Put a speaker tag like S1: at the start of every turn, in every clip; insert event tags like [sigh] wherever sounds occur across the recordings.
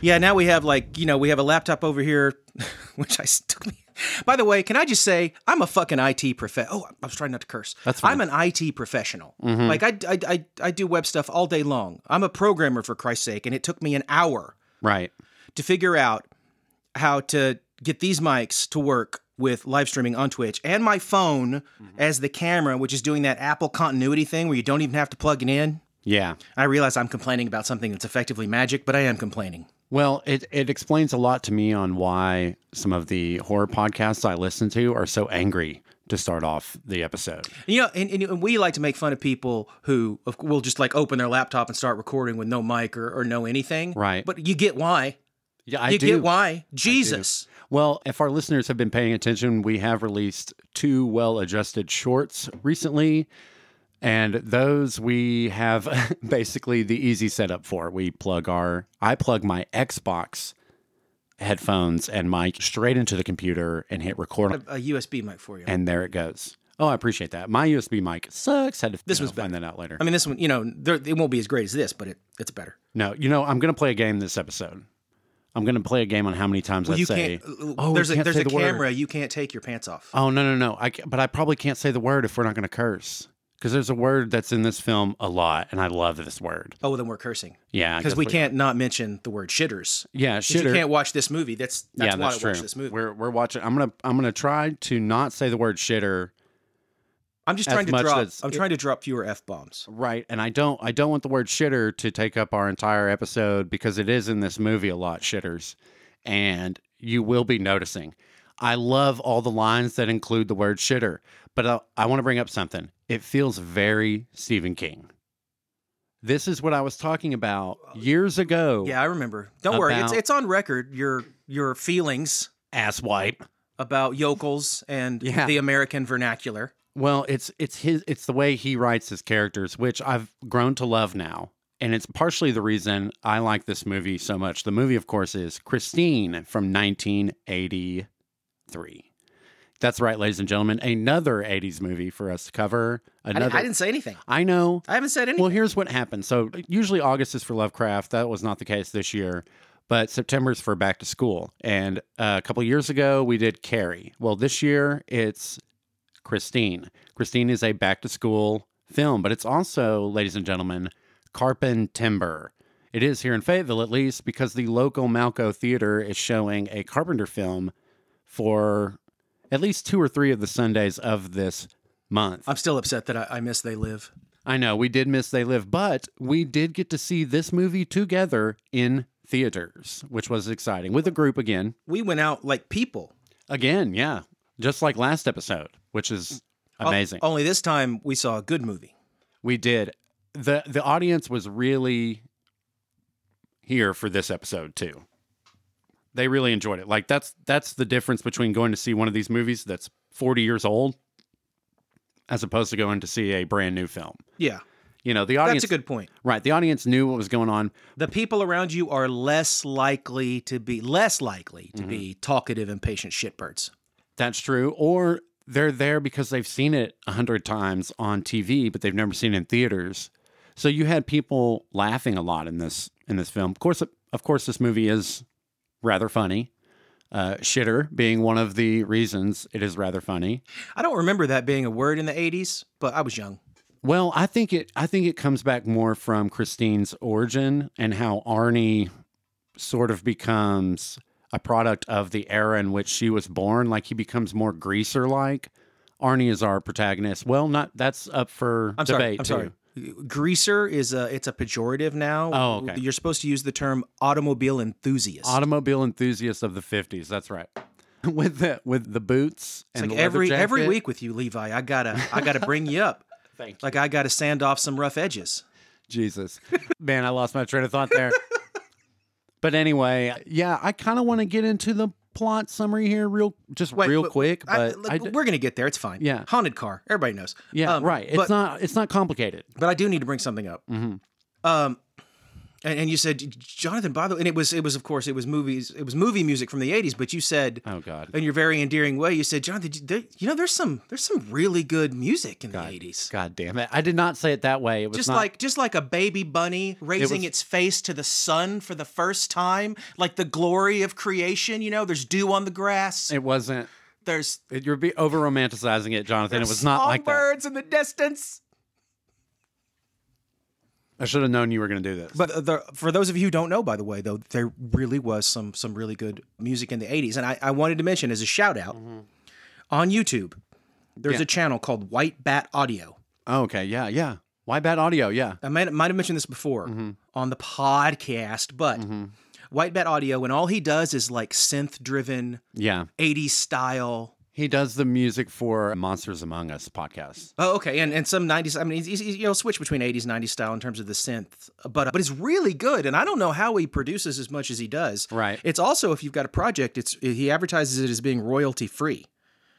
S1: Yeah, now we have like, you know, we have a laptop over here, [laughs] which I took me. [laughs] By the way, can I just say I'm a fucking IT prof? Oh, I was trying not to curse.
S2: That's fine. Mm-hmm.
S1: I'm an IT professional. Like I, I, I, I do web stuff all day long. I'm a programmer for Christ's sake, and it took me an hour
S2: Right.
S1: to figure out how to get these mics to work with live streaming on Twitch and my phone
S2: Mm-hmm.
S1: as the camera, which is doing that Apple continuity thing where you don't even have to plug it in.
S2: Yeah.
S1: I realize I'm complaining about something that's effectively magic, but I am complaining.
S2: Well, it, it explains a lot to me on why some of the horror podcasts I listen to are so angry to start off the episode.
S1: You know, and, and we like to make fun of people who of- will just like open their laptop and start recording with no mic or, or no anything.
S2: Right.
S1: But you get why.
S2: Yeah, I
S1: You
S2: do.
S1: get why. Jesus.
S2: Well, if our listeners have been paying attention, we have released two well adjusted shorts recently. And those we have [laughs] basically the easy setup for. We plug our, I plug my Xbox headphones and mic straight into the computer and hit record.
S1: A USB mic for you.
S2: And there it goes. Oh, I appreciate that. My USB mic sucks. Had to
S1: This
S2: you know,
S1: was
S2: find that out later.
S1: I mean, this one, you know, there, it won't be as great as this, but it, it's better.
S2: No, you know, I'm going to play a game this episode. I'm going to play a game on how many times I
S1: you
S2: say.
S1: can't. uh,
S2: oh, we
S1: there's a,
S2: can't
S1: there's
S2: say
S1: a
S2: the word.
S1: camera. You can't take your pants off.
S2: Oh no no no! I ca- but I probably can't say the word if we're not going to curse because there's a word that's in this film a lot, and I love this word.
S1: Oh, well, then we're cursing
S2: Yeah, I
S1: because
S2: guess
S1: we can't not mention the word shitters.
S2: Yeah,
S1: 'Cause You
S2: shitter.
S1: can't watch this movie. That's that's
S2: yeah,
S1: why
S2: that's
S1: I
S2: true.
S1: watched this movie.
S2: We're we're watching. I'm gonna I'm gonna try to not say the word shitter.
S1: I'm just
S2: as
S1: trying to
S2: much
S1: drop.
S2: as
S1: I'm
S2: it-
S1: trying to drop fewer f bombs.
S2: Right, and I don't I don't want the word shitter to take up our entire episode because it is in this movie a lot shitters, and you will be noticing. I love all the lines that include the word shitter, but I, I want to bring up something. It feels very Stephen King. This is what I was talking about years ago.
S1: Yeah, I remember. Don't worry. It's
S2: Oh. About-
S1: it's on record. Your your feelings
S2: ass wipe.
S1: about yokels and
S2: Yeah.
S1: the American vernacular.
S2: Well, it's it's his it's the way he writes his characters, which I've grown to love now. And it's partially the reason I like this movie so much. The movie, of course, is Christine from 1983. That's right, ladies and gentlemen. Another 80s movie for us to cover.
S1: I didn't,
S2: Another
S1: I didn't say anything.
S2: I know.
S1: I haven't said anything.
S2: Well, here's what happened. So usually August is for Lovecraft. That was not the case this year, but September's for back to school. And uh, a couple years ago, we did Carrie. Well, this year it's Christine. Christine is a back to school film, but it's also, ladies and gentlemen, Carpen Timber. It is here in Fayetteville, at least, because the local Malco Theater is showing a Carpenter film for at least two or three of the Sundays of this month.
S1: I'm still upset that I, I miss They Live.
S2: I know we did miss They Live, but we did get to see this movie together in theaters, which was exciting with a group again.
S1: We went out like people.
S2: Again, yeah, just like last episode, which is
S1: Oh,
S2: amazing.
S1: Uh, Only this time we saw a good movie.
S2: We did. the The audience was really here for this episode too. They really enjoyed it. Like that's that's the difference between going to see one of these movies that's forty years old, as opposed to going to see a brand new film.
S1: Yeah,
S2: You know, the
S1: that's
S2: audience.
S1: a good point.
S2: right, the audience knew what was going on.
S1: the people around you are less likely to be less likely to be talkative impatient shitbirds
S2: That's true. Or they're there because they've seen it a hundred times on TV, but they've never seen it in theaters. So you had people laughing a lot in this in this film. Of course, of course, this movie is rather funny. Uh, shitter being one of the reasons it is rather funny.
S1: i don't remember that being a word in the 80s but i was young
S2: Well, I think it I think it comes back more from Christine's origin and how Arnie sort of becomes a product of the era in which she was born. Like he becomes more greaser like. Arnie is our protagonist. Well, not that's up for
S1: i'm sorry
S2: debate
S1: i'm
S2: too.
S1: sorry greaser is a it's a pejorative now
S2: Oh, okay.
S1: you're supposed to use the term automobile enthusiast
S2: Automobile enthusiast of the fifties. That's right. [laughs] with the with the boots
S1: it's
S2: and
S1: like
S2: the leather
S1: every every
S2: jacket.
S1: week with you levi i gotta i gotta bring you up
S2: Thank
S1: like i gotta sand off some rough edges
S2: Jesus. [laughs] Man, I lost my train of thought
S1: [laughs]
S2: there. but anyway, yeah, I kind of want to get into the plot summary here real just
S1: Wait,
S2: real
S1: but
S2: quick,
S1: I-
S2: but
S1: look,
S2: I d-
S1: we're gonna get there it's fine
S2: Yeah.
S1: haunted car everybody knows
S2: yeah,
S1: Um,
S2: right. It's
S1: but- Mm-hmm.
S2: not it's not complicated.
S1: but i do need to bring something up
S2: Mhm.
S1: Um, And, and you said Jonathan, by the way, and it was it was of course it was movies it was movie music from the '80s, but you said
S2: Oh God,
S1: in your very endearing way, you said Jonathan, you- there, you know there's some there's some really good music in
S2: God.
S1: the '80s.
S2: God damn it! I did not say it that way. It was
S1: Just
S2: not,
S1: like just like a baby bunny raising
S2: was-
S1: its face to the sun for the first time, like the glory of creation. You know, there's dew on the grass.
S2: it wasn't.
S1: there's
S2: It, you're be over romanticizing it, Jonathan. It
S1: there's
S2: was not like that.
S1: songbirds in the distance.
S2: I should have known you were going to do this.
S1: But the, for those of you who don't know, by the way, though, there really was some some really good music in the '80s, and I, I wanted to mention as a shout out on YouTube, there's
S2: Yeah.
S1: a channel called White Bat Audio.
S2: Oh, okay, yeah, yeah. Why bad audio? Yeah.
S1: I might, might have mentioned this before on the podcast, but White Bat Audio, and all he does is like synth driven
S2: Yeah.
S1: 80s style.
S2: He does the music for Monsters Among Us podcast.
S1: Oh, okay, and, and some 90s. I mean, he's, he's, he'll switch between 80s, 90s style in terms of the synth, but but it's really good, and I don't know how he produces as much as he does.
S2: Right.
S1: It's also if you've got a project, it's he advertises it as being royalty free.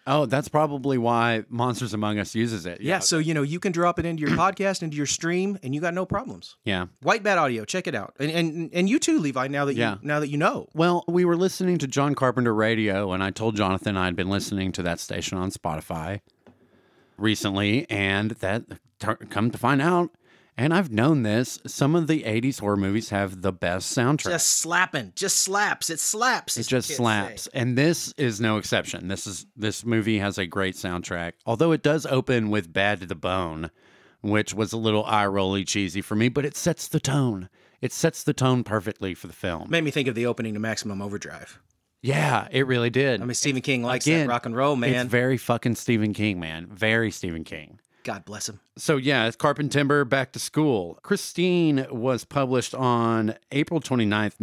S2: Oh, that's probably why Monsters Among Us uses it.
S1: yeah, so you know you can drop it into
S2: [clears throat]
S1: your podcast, into your stream, and you got no problems.
S2: Yeah.
S1: White Bat Audio, check it out, and and and you too, Levi. Now that
S2: Yeah.
S1: you now that you know.
S2: Well, we were listening to John Carpenter radio, and I told Jonathan I'd been listening to that station on Spotify recently, and that come to find out, and I've known this, some of the 80s horror movies have the best soundtrack.
S1: Just slapping, just slaps. It slaps.
S2: it just slaps. And this is no exception. This is this movie has a great soundtrack. Although it does open with Bad to the Bone, which was a little eye rolly cheesy for me, but it sets the tone. It sets the tone perfectly for the film.
S1: Made me think of the opening to Maximum Overdrive.
S2: Yeah, it really did.
S1: I mean, Stephen King likes
S2: again,
S1: that rock and roll, man.
S2: It's very fucking Stephen King, man. Very Stephen King.
S1: God bless him.
S2: So yeah, it's Carpent Timber Back to School. Christine was published on April 29th,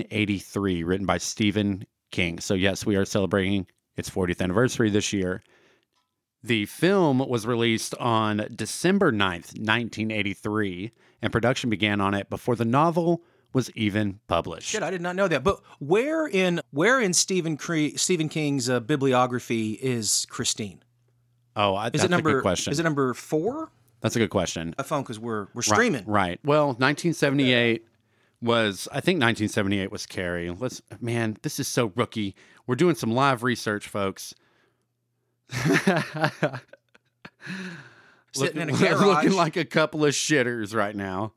S2: 1983, written by Stephen King. So yes, we are celebrating its 40th anniversary this year. The film was released on December 9th, 1983, and production began on it before the novel was even published.
S1: Shit, I did not know that. But where in where in Stephen Cre- Stephen King's uh, bibliography is Christine?
S2: oh, I,
S1: Is
S2: that's
S1: it number
S2: a good question.
S1: Is it number four?
S2: that's a good question.
S1: I phone because we're we're streaming.
S2: Right. Well, 1978 was I think 1978 was Carrie. Let's man, this is so rookie. We're doing some live
S1: [laughs]
S2: research, folks.
S1: Sitting in a
S2: [laughs] Looking-
S1: garage.
S2: looking like a couple of shitters right now.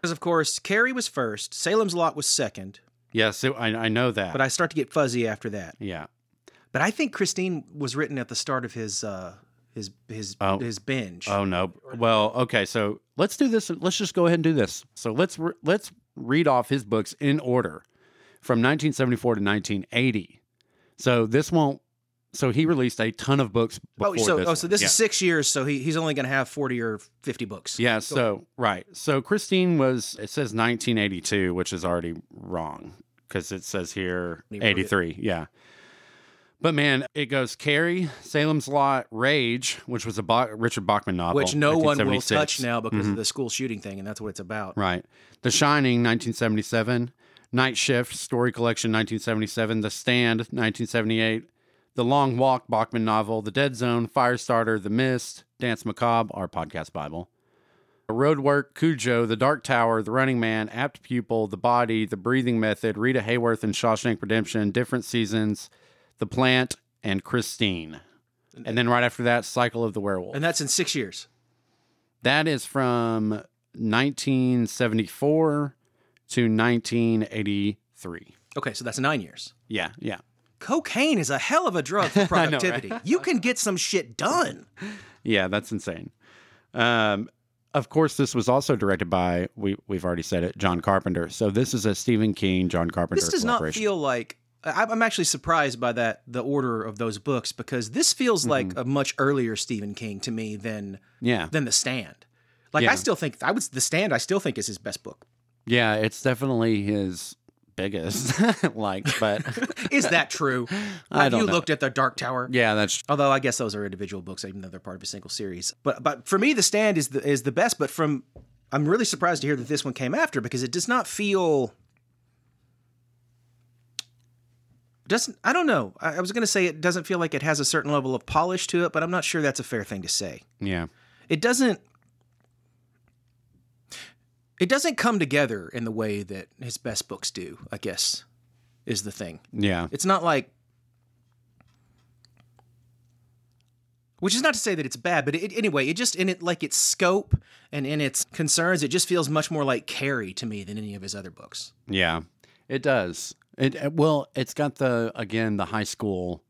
S1: Because of course, Carrie was first. Salem's Lot was second.
S2: Yes, it- I, I know that.
S1: But I start to get fuzzy after that.
S2: yeah.
S1: But I think Christine was written at the start of his uh, his his
S2: Oh.
S1: his binge.
S2: Oh no. Well, okay. So let's do this. Let's just go ahead and do this. So let's re- let's read off his books in order, from 1974 to 1980. So this won't. So he released a ton of books before
S1: Oh, so
S2: this.
S1: oh, so
S2: one.
S1: this
S2: yeah.
S1: is six years. So he, he's only going to have forty or fifty books.
S2: Yeah. So right. So Christine was. It says 1982, which is already wrong because it says here
S1: He wrote it.
S2: 83. Yeah. But man, it goes Carrie, Salem's Lot, Rage, which was a Bach, Richard Bachman novel,
S1: which no one will
S2: 1976.
S1: touch now because of the school shooting thing, and that's what it's about.
S2: Mm-hmm. Right. The Shining, 1977. Night Shift, Story Collection, 1977. The Stand, 1978. The Long Walk, Bachman novel. The Dead Zone, Firestarter, The Mist, Dance Macabre, our podcast Bible. Roadwork, Cujo, The Dark Tower, The Running Man, Apt Pupil, The Body, The Breathing Method, Rita Hayworth and Shawshank Redemption, Different Seasons, The Plant, and Christine. And then right after that, Cycle of the Werewolf.
S1: And that's in six years.
S2: That is from 1974 to 1983.
S1: Okay, so that's nine years.
S2: Yeah, yeah.
S1: Cocaine is a hell of a drug for
S2: right?
S1: productivity. You can get some shit done.
S2: Yeah, that's insane. Um, of course, this was also directed by, we, we've already said it, John Carpenter. So this is a Stephen King, John Carpenter
S1: This does not
S2: collaboration.
S1: feel like. I- I'm actually surprised by that the order of those books because this
S2: Mm-hmm.
S1: feels like a much earlier Stephen King to me than
S2: yeah,
S1: than The Stand. Like
S2: Yeah.
S1: I still think I would The Stand. I still think is his best book.
S2: yeah, it's definitely his biggest, [laughs] like,
S1: [laughs]
S2: but
S1: Is that true?
S2: [laughs] I
S1: Have
S2: don't
S1: you
S2: know.
S1: looked at the Dark Tower?
S2: yeah, that's,
S1: Although I guess those are individual books, even though they're part of a single series. But but for me, The Stand is the is the best. But from I'm really surprised to hear that this one came after because it does not feel. Doesn't I don't know. I, I was going to say it doesn't feel like it has a certain level of polish to it, but I'm not sure that's a fair thing to say.
S2: yeah.
S1: It doesn't. It doesn't come together in the way that his best books do, I guess, is the thing.
S2: Yeah.
S1: It's not like. Which is not to say that it's bad, but it, anyway, it just in it like its scope and in its concerns, it just feels much more like Carrie to me than any of his other books.
S2: Yeah. It does. It it- well, it's got the again the high school.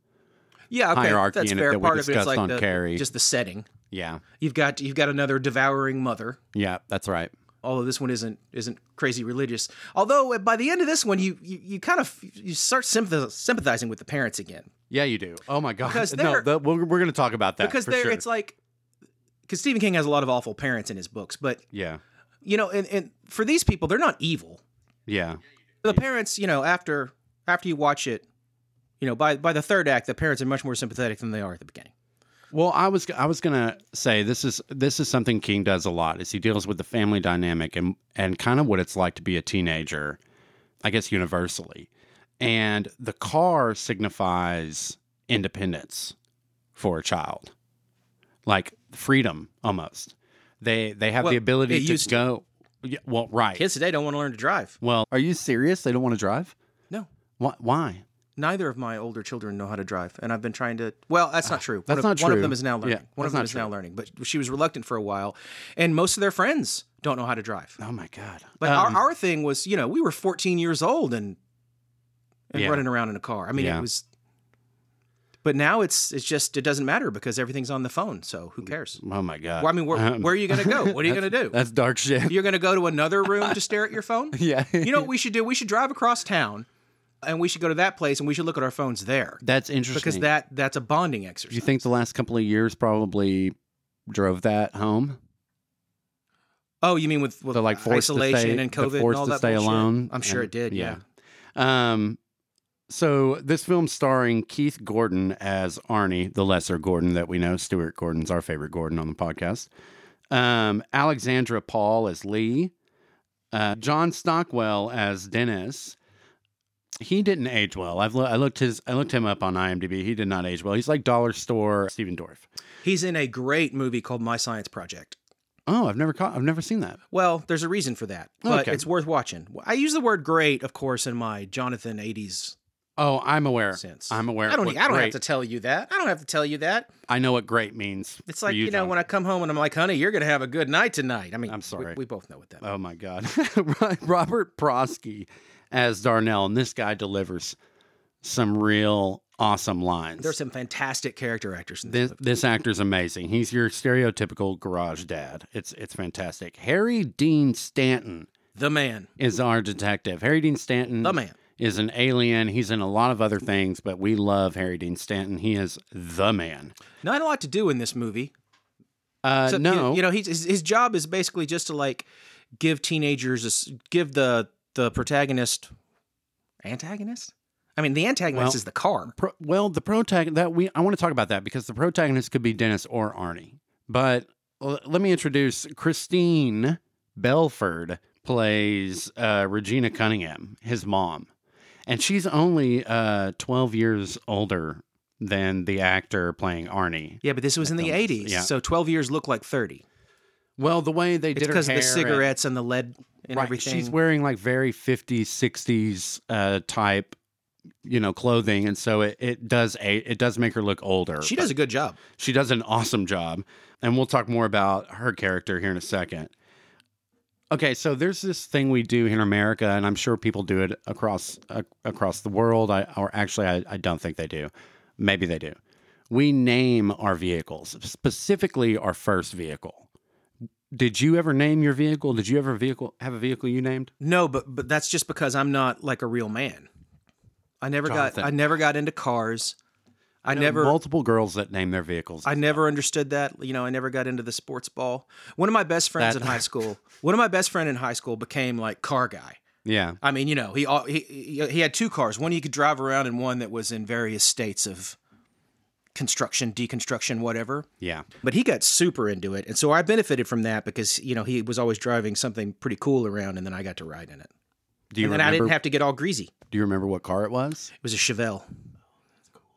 S1: Yeah, okay,
S2: Hierarchy
S1: that's
S2: in it
S1: fair.
S2: that we
S1: Part of it is
S2: discussed
S1: like
S2: on
S1: the,
S2: Carrie.
S1: just the setting.
S2: Yeah.
S1: You've got you've got another devouring mother,
S2: Yeah, that's right.
S1: although this one isn't isn't crazy religious. Although uh, by the end of this one, you you, you kind of you start sympath- sympathizing with the parents again
S2: Yeah, you do. Oh my god.
S1: Because
S2: no,
S1: they're-
S2: the, we're, we're going to talk about that
S1: because
S2: for
S1: there
S2: sure.
S1: it's like because Stephen King has a lot of awful parents in his books, but
S2: yeah.
S1: you know, and, and for these people, they're not evil.
S2: Yeah.
S1: The parents, you know, after after you watch it, you know, by by the third act, the parents are much more sympathetic than they are at the beginning.
S2: Well, I was I was gonna say this is this is something King does a lot is he deals with the family dynamic and and kind of what it's like to be a teenager, I guess universally, and the car signifies independence for a child, like freedom almost. They they have
S1: Well,
S2: the ability
S1: it
S2: to
S1: used to.
S2: go. Yeah, well, right.
S1: Kids today don't want to learn to drive.
S2: Well, are you serious? They don't want to drive.
S1: No.
S2: Why? Why?
S1: Neither of my older children know how to drive, and I've been trying to. Well, that's not true.
S2: Ah, that's
S1: one of,
S2: not
S1: One
S2: true.
S1: of them is now learning.
S2: Yeah,
S1: one of
S2: that's
S1: them
S2: not
S1: is now learning, but she was reluctant for a while, and most of their friends don't know how to drive.
S2: Oh my god.
S1: But
S2: Um,
S1: our, our thing was, you know, we were 14 years old and and
S2: Yeah.
S1: running around in a car. I mean,
S2: Yeah.
S1: it was. But now it's it's just it doesn't matter because everything's on the phone. So who cares?
S2: oh my god.
S1: Well, I mean,
S2: [laughs]
S1: where,
S2: Um,
S1: where are you going to go? What are you going to do?
S2: [laughs] That's dark shit.
S1: You're going to go to another room to stare at your phone?
S2: [laughs] Yeah.
S1: You know what we should do? We should drive across town, and we should go to that place, and we should look at our phones there
S2: That's interesting.
S1: because that that's a bonding exercise.
S2: Do you think the last couple of years probably drove that home?
S1: Oh, you mean with, with
S2: The like forced to
S1: isolation
S2: stay-
S1: and
S2: the
S1: COVID
S2: forced
S1: and all
S2: to
S1: that
S2: stay
S1: bullshit?
S2: alone
S1: I'm sure
S2: and-
S1: it did.
S2: yeah.
S1: Yeah.
S2: Um, so this film starring Keith Gordon as Arnie, the lesser Gordon that we know, Stuart Gordon's our favorite Gordon on the podcast. Um, Alexandra Paul as Lee, uh, John Stockwell as Dennis. He didn't age well. I've lo- I looked his I looked him up on IMDb. He did not age well. He's like dollar store Steven Dorff.
S1: He's in a great movie called My Science Project.
S2: Oh, I've never caught. I've never seen that.
S1: Well, there's a reason for that, but
S2: Okay.
S1: it's worth watching. I use the word "great," of course, in my Jonathan '80s
S2: Oh, I'm aware.
S1: sense.
S2: I'm aware.
S1: I don't. e,
S2: what
S1: I don't
S2: great-
S1: have to tell you that. I don't have to tell you that.
S2: I know what great means.
S1: It's
S2: for
S1: like you, know
S2: John.
S1: when I come home and I'm like, "Honey, you're gonna have a good night tonight." I mean,
S2: I'm
S1: we-
S2: sorry.
S1: We, both know what that.
S2: Oh my God, [laughs] Robert Prosky as Darnell, and this guy delivers some real awesome lines.
S1: There's some fantastic character actors in this.
S2: this, this actor's amazing. He's your stereotypical garage dad. It's it's fantastic. Harry Dean Stanton
S1: the man,
S2: is our detective. Harry Dean Stanton
S1: the man.
S2: is an alien. He's in a lot of other things, but we love Harry Dean Stanton. He is the man.
S1: Not a lot to do in this movie.
S2: Uh,
S1: So, you-
S2: no,
S1: you, know, he's, his his job is basically just to like give teenagers, a s give the the protagonist, antagonist. I mean, the antagonist
S2: Well-
S1: is the car.
S2: Pro, well, the protagonist that we I want to talk about that because the protagonist could be Dennis or Arnie. But l- let me introduce Christine Belford plays uh, Regina Cunningham, his mom, and she's only uh, twelve years older than the actor playing Arnie.
S1: Yeah, but this was in the
S2: That comes-
S1: '80s,
S2: yeah.
S1: so 12 years look like 30.
S2: Well, the way they
S1: It's
S2: did
S1: because
S2: her
S1: of the
S2: hair
S1: cigarettes and the lead and
S2: and, right,
S1: everything.
S2: she's wearing like very 50s, 60s uh, type, you know, clothing, and so it, it does a it does make her look older.
S1: she
S2: but-
S1: does a good job.
S2: She does an awesome job. And we'll talk more about her character here in a second. Okay, so there's this thing we do here in America, and I'm sure people do it across ac- across the world. I or actually, I, I don't think they do. Maybe they do. We name our vehicles, specifically our first vehicle. Did you ever name your vehicle? Did you ever vehicle have a vehicle you named?
S1: No, but but that's just because I'm not like a real man. I never
S2: Jonathan.
S1: got I never got into cars. I
S2: No,
S1: never
S2: Multiple girls that name their vehicles.
S1: I never understood that. You know, I never got into the sports ball. One of my best friends
S2: That-
S1: [laughs] in high school, one of my best friend in high school became like car guy.
S2: yeah,
S1: I mean, you know, he al- he he he had two cars, one he could drive around and one that was in various states of construction, deconstruction, whatever.
S2: yeah.
S1: But he got super into it, and so I benefited from that because you know he was always driving something pretty cool around, and then I got to ride in it,
S2: Do you
S1: and then I
S2: remember?
S1: didn't have to get all greasy.
S2: do you remember what car it was?
S1: It was a Chevelle.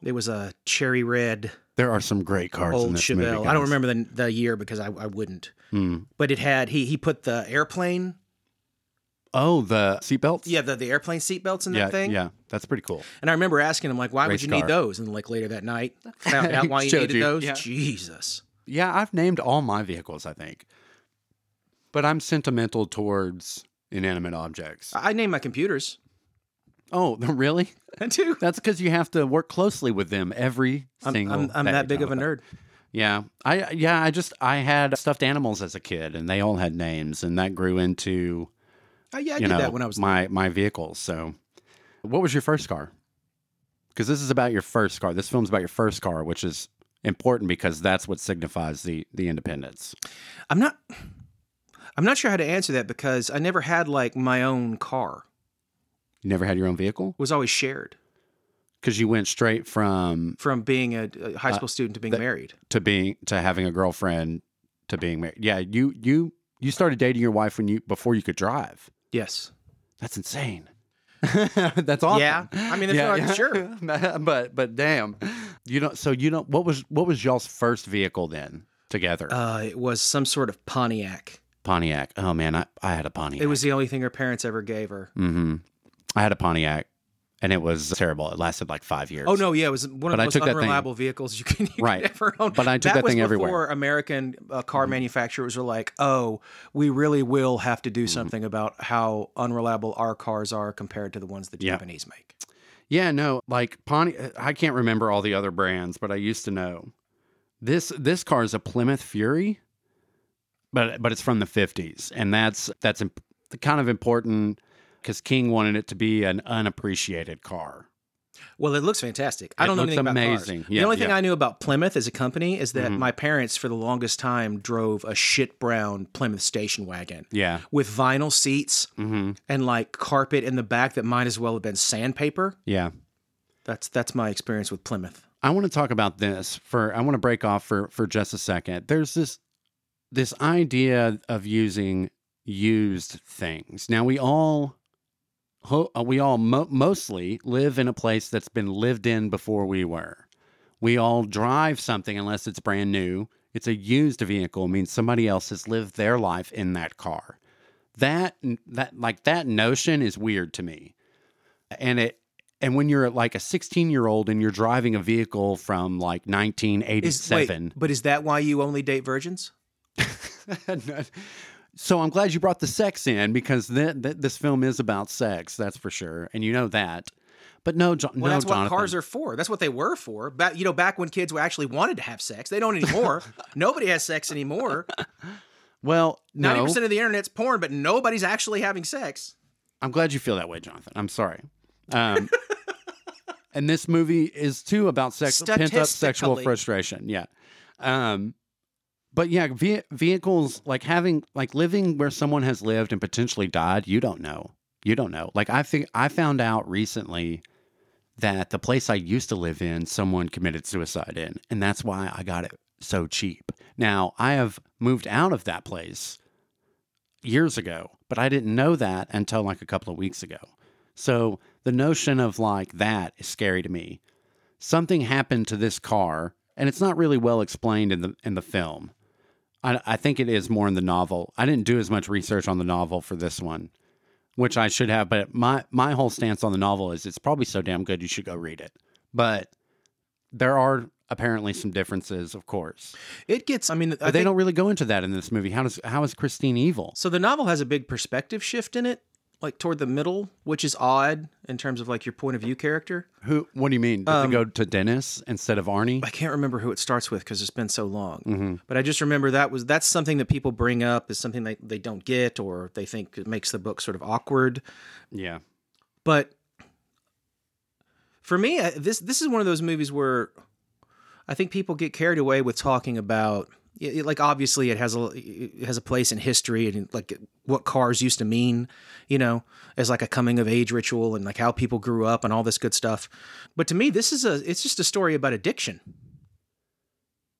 S1: It was a cherry red
S2: There are some great cars in
S1: old
S2: this
S1: Chevelle.
S2: movie.
S1: I don't
S2: guys.
S1: remember the, the year because I, I wouldn't.
S2: Mm.
S1: But it had he he put the airplane
S2: Oh, the seatbelts?
S1: Yeah, the, the airplane seatbelts and
S2: Yeah,
S1: that thing.
S2: yeah, that's pretty cool.
S1: And I remember asking him, like, why would
S2: Race
S1: you
S2: car.
S1: need those? And like later that night, found out why you
S2: Showed
S1: needed
S2: you.
S1: those.
S2: Yeah.
S1: Jesus.
S2: Yeah, I've named all my vehicles, I think. But I'm sentimental towards inanimate objects.
S1: I I name my computers. [laughs]
S2: Oh, [laughs] really?
S1: I do.
S2: That's because you have to work closely with them every
S1: I'm,
S2: single
S1: I'm, I'm
S2: day,
S1: that big of a
S2: Jonathan.
S1: nerd.
S2: Yeah. I yeah, I just I had stuffed animals as a kid and they all had names and that grew into
S1: Oh, yeah, I
S2: you
S1: did
S2: know
S1: that when I was
S2: my my vehicles. So what was your first car? Because this is about your first car. This film's about your first car, which is important because that's what signifies the the independence.
S1: I'm not I'm not sure how to answer that because I never had like my own car.
S2: You never had your own vehicle?
S1: It was always shared
S2: Because you went straight from
S1: from being a, a high school student to being
S2: Uh, that-
S1: married.
S2: to being to having a girlfriend to being married. Yeah, you you you started dating your wife when you before you could drive.
S1: Yes.
S2: That's insane. [laughs] That's awesome.
S1: Yeah. I mean, if you're like,
S2: sure. [laughs] but but damn, you don't. So you don't. What was what was y'all's first vehicle then together?
S1: Uh, it was some sort of Pontiac.
S2: Pontiac. Oh man, I I had a Pontiac.
S1: It was the only thing her parents ever gave her.
S2: Mm-hmm. I had a Pontiac, and it was terrible. It lasted like five years.
S1: Oh no, yeah, it was one of
S2: But
S1: the
S2: I
S1: most
S2: took that thing.
S1: unreliable vehicles you can you
S2: Right.
S1: could ever own.
S2: But I took that
S1: was
S2: thing
S1: before
S2: everywhere. Mm-hmm.
S1: American uh, car manufacturers were like, "Oh, we really will have to
S2: Mm-hmm.
S1: do something about how unreliable our cars are compared to the ones the
S2: Yeah.
S1: Japanese make."
S2: Yeah, no, like Pontiac. I can't remember all the other brands, but I used to know this. This car is a Plymouth Fury, but but it's from the fifties, and that's that's imp- kind of important because King wanted it to be an unappreciated car.
S1: Well, it looks fantastic. I
S2: It
S1: don't know
S2: looks
S1: anything about
S2: amazing.
S1: cars.
S2: Yeah,
S1: the only thing
S2: yeah.
S1: I knew about Plymouth as a company is that
S2: Mhm.
S1: my parents, for the longest time, drove a shit brown Plymouth station wagon
S2: Yeah.
S1: with vinyl seats
S2: Mm-hmm.
S1: and like carpet in the back that might as well have been sandpaper.
S2: Yeah.
S1: That's that's my experience with Plymouth.
S2: I want to talk about this for I want to break off for for just a second. There's this this idea of using used things. Now we all ho- uh, we all mo- mostly live in a place that's been lived in before we were. We all drive something unless it's brand new. It's a used vehicle means somebody else has lived their life in that car. That that like that notion is weird to me. And it and when you're like a 16 year old and you're driving a vehicle from like
S1: Is
S2: 1987.
S1: wait, but is that why you only date virgins?
S2: [laughs] so I'm glad you brought the sex in because th- th- this film is about sex, that's for sure, and you know that. But no, jo-
S1: Well,
S2: no,
S1: that's
S2: Jonathan.
S1: what cars are for. That's what they were for. Back, you know, back when kids were actually wanted to have sex, they don't
S2: [laughs]
S1: anymore. Nobody has sex anymore.
S2: well,
S1: Ninety
S2: no,
S1: percent of the internet's porn, but nobody's actually having sex.
S2: I'm glad you feel that way, Jonathan. I'm sorry. Um, [laughs] and this movie is too about sex, pent up sexual
S1: Statistically.
S2: frustration. Yeah. Um, but yeah, ve- vehicles like having like living where someone has lived and potentially died. You don't know. You don't know. Like I think I found out recently that the place I used to live in, someone committed suicide in, and that's why I got it so cheap. Now I have moved out of that place years ago, but I didn't know that until like a couple of weeks ago. So the notion of like that is scary to me. Something happened to this car, and it's not really well explained in the in the film. I, I think it is more in the novel. I didn't do as much research on the novel for this one, which I should have. But my my whole stance on the novel is it's probably so damn good you should go read it. But there are apparently some differences, of course.
S1: It gets. I mean, I
S2: But they
S1: think-
S2: don't really go into that in this movie. How does how is Christine evil?
S1: So the novel has a big perspective shift in it, like toward the middle, which is odd in terms of like your point of view character.
S2: Who? What do you mean? Did
S1: Um,
S2: they go to Dennis instead of Arnie?
S1: I can't remember who it starts with because it's been so long.
S2: Mhm.
S1: But I just remember that was that's something that people bring up is something that they don't get or they think it makes the book sort of awkward.
S2: Yeah.
S1: But for me, I- this this is one of those movies where I think people get carried away with talking about it, it- like obviously it has a it has a place in history and like what cars used to mean, you know, as like a coming of age ritual and like how people grew up and all this good stuff. But to me, this is a it's just a story about addiction.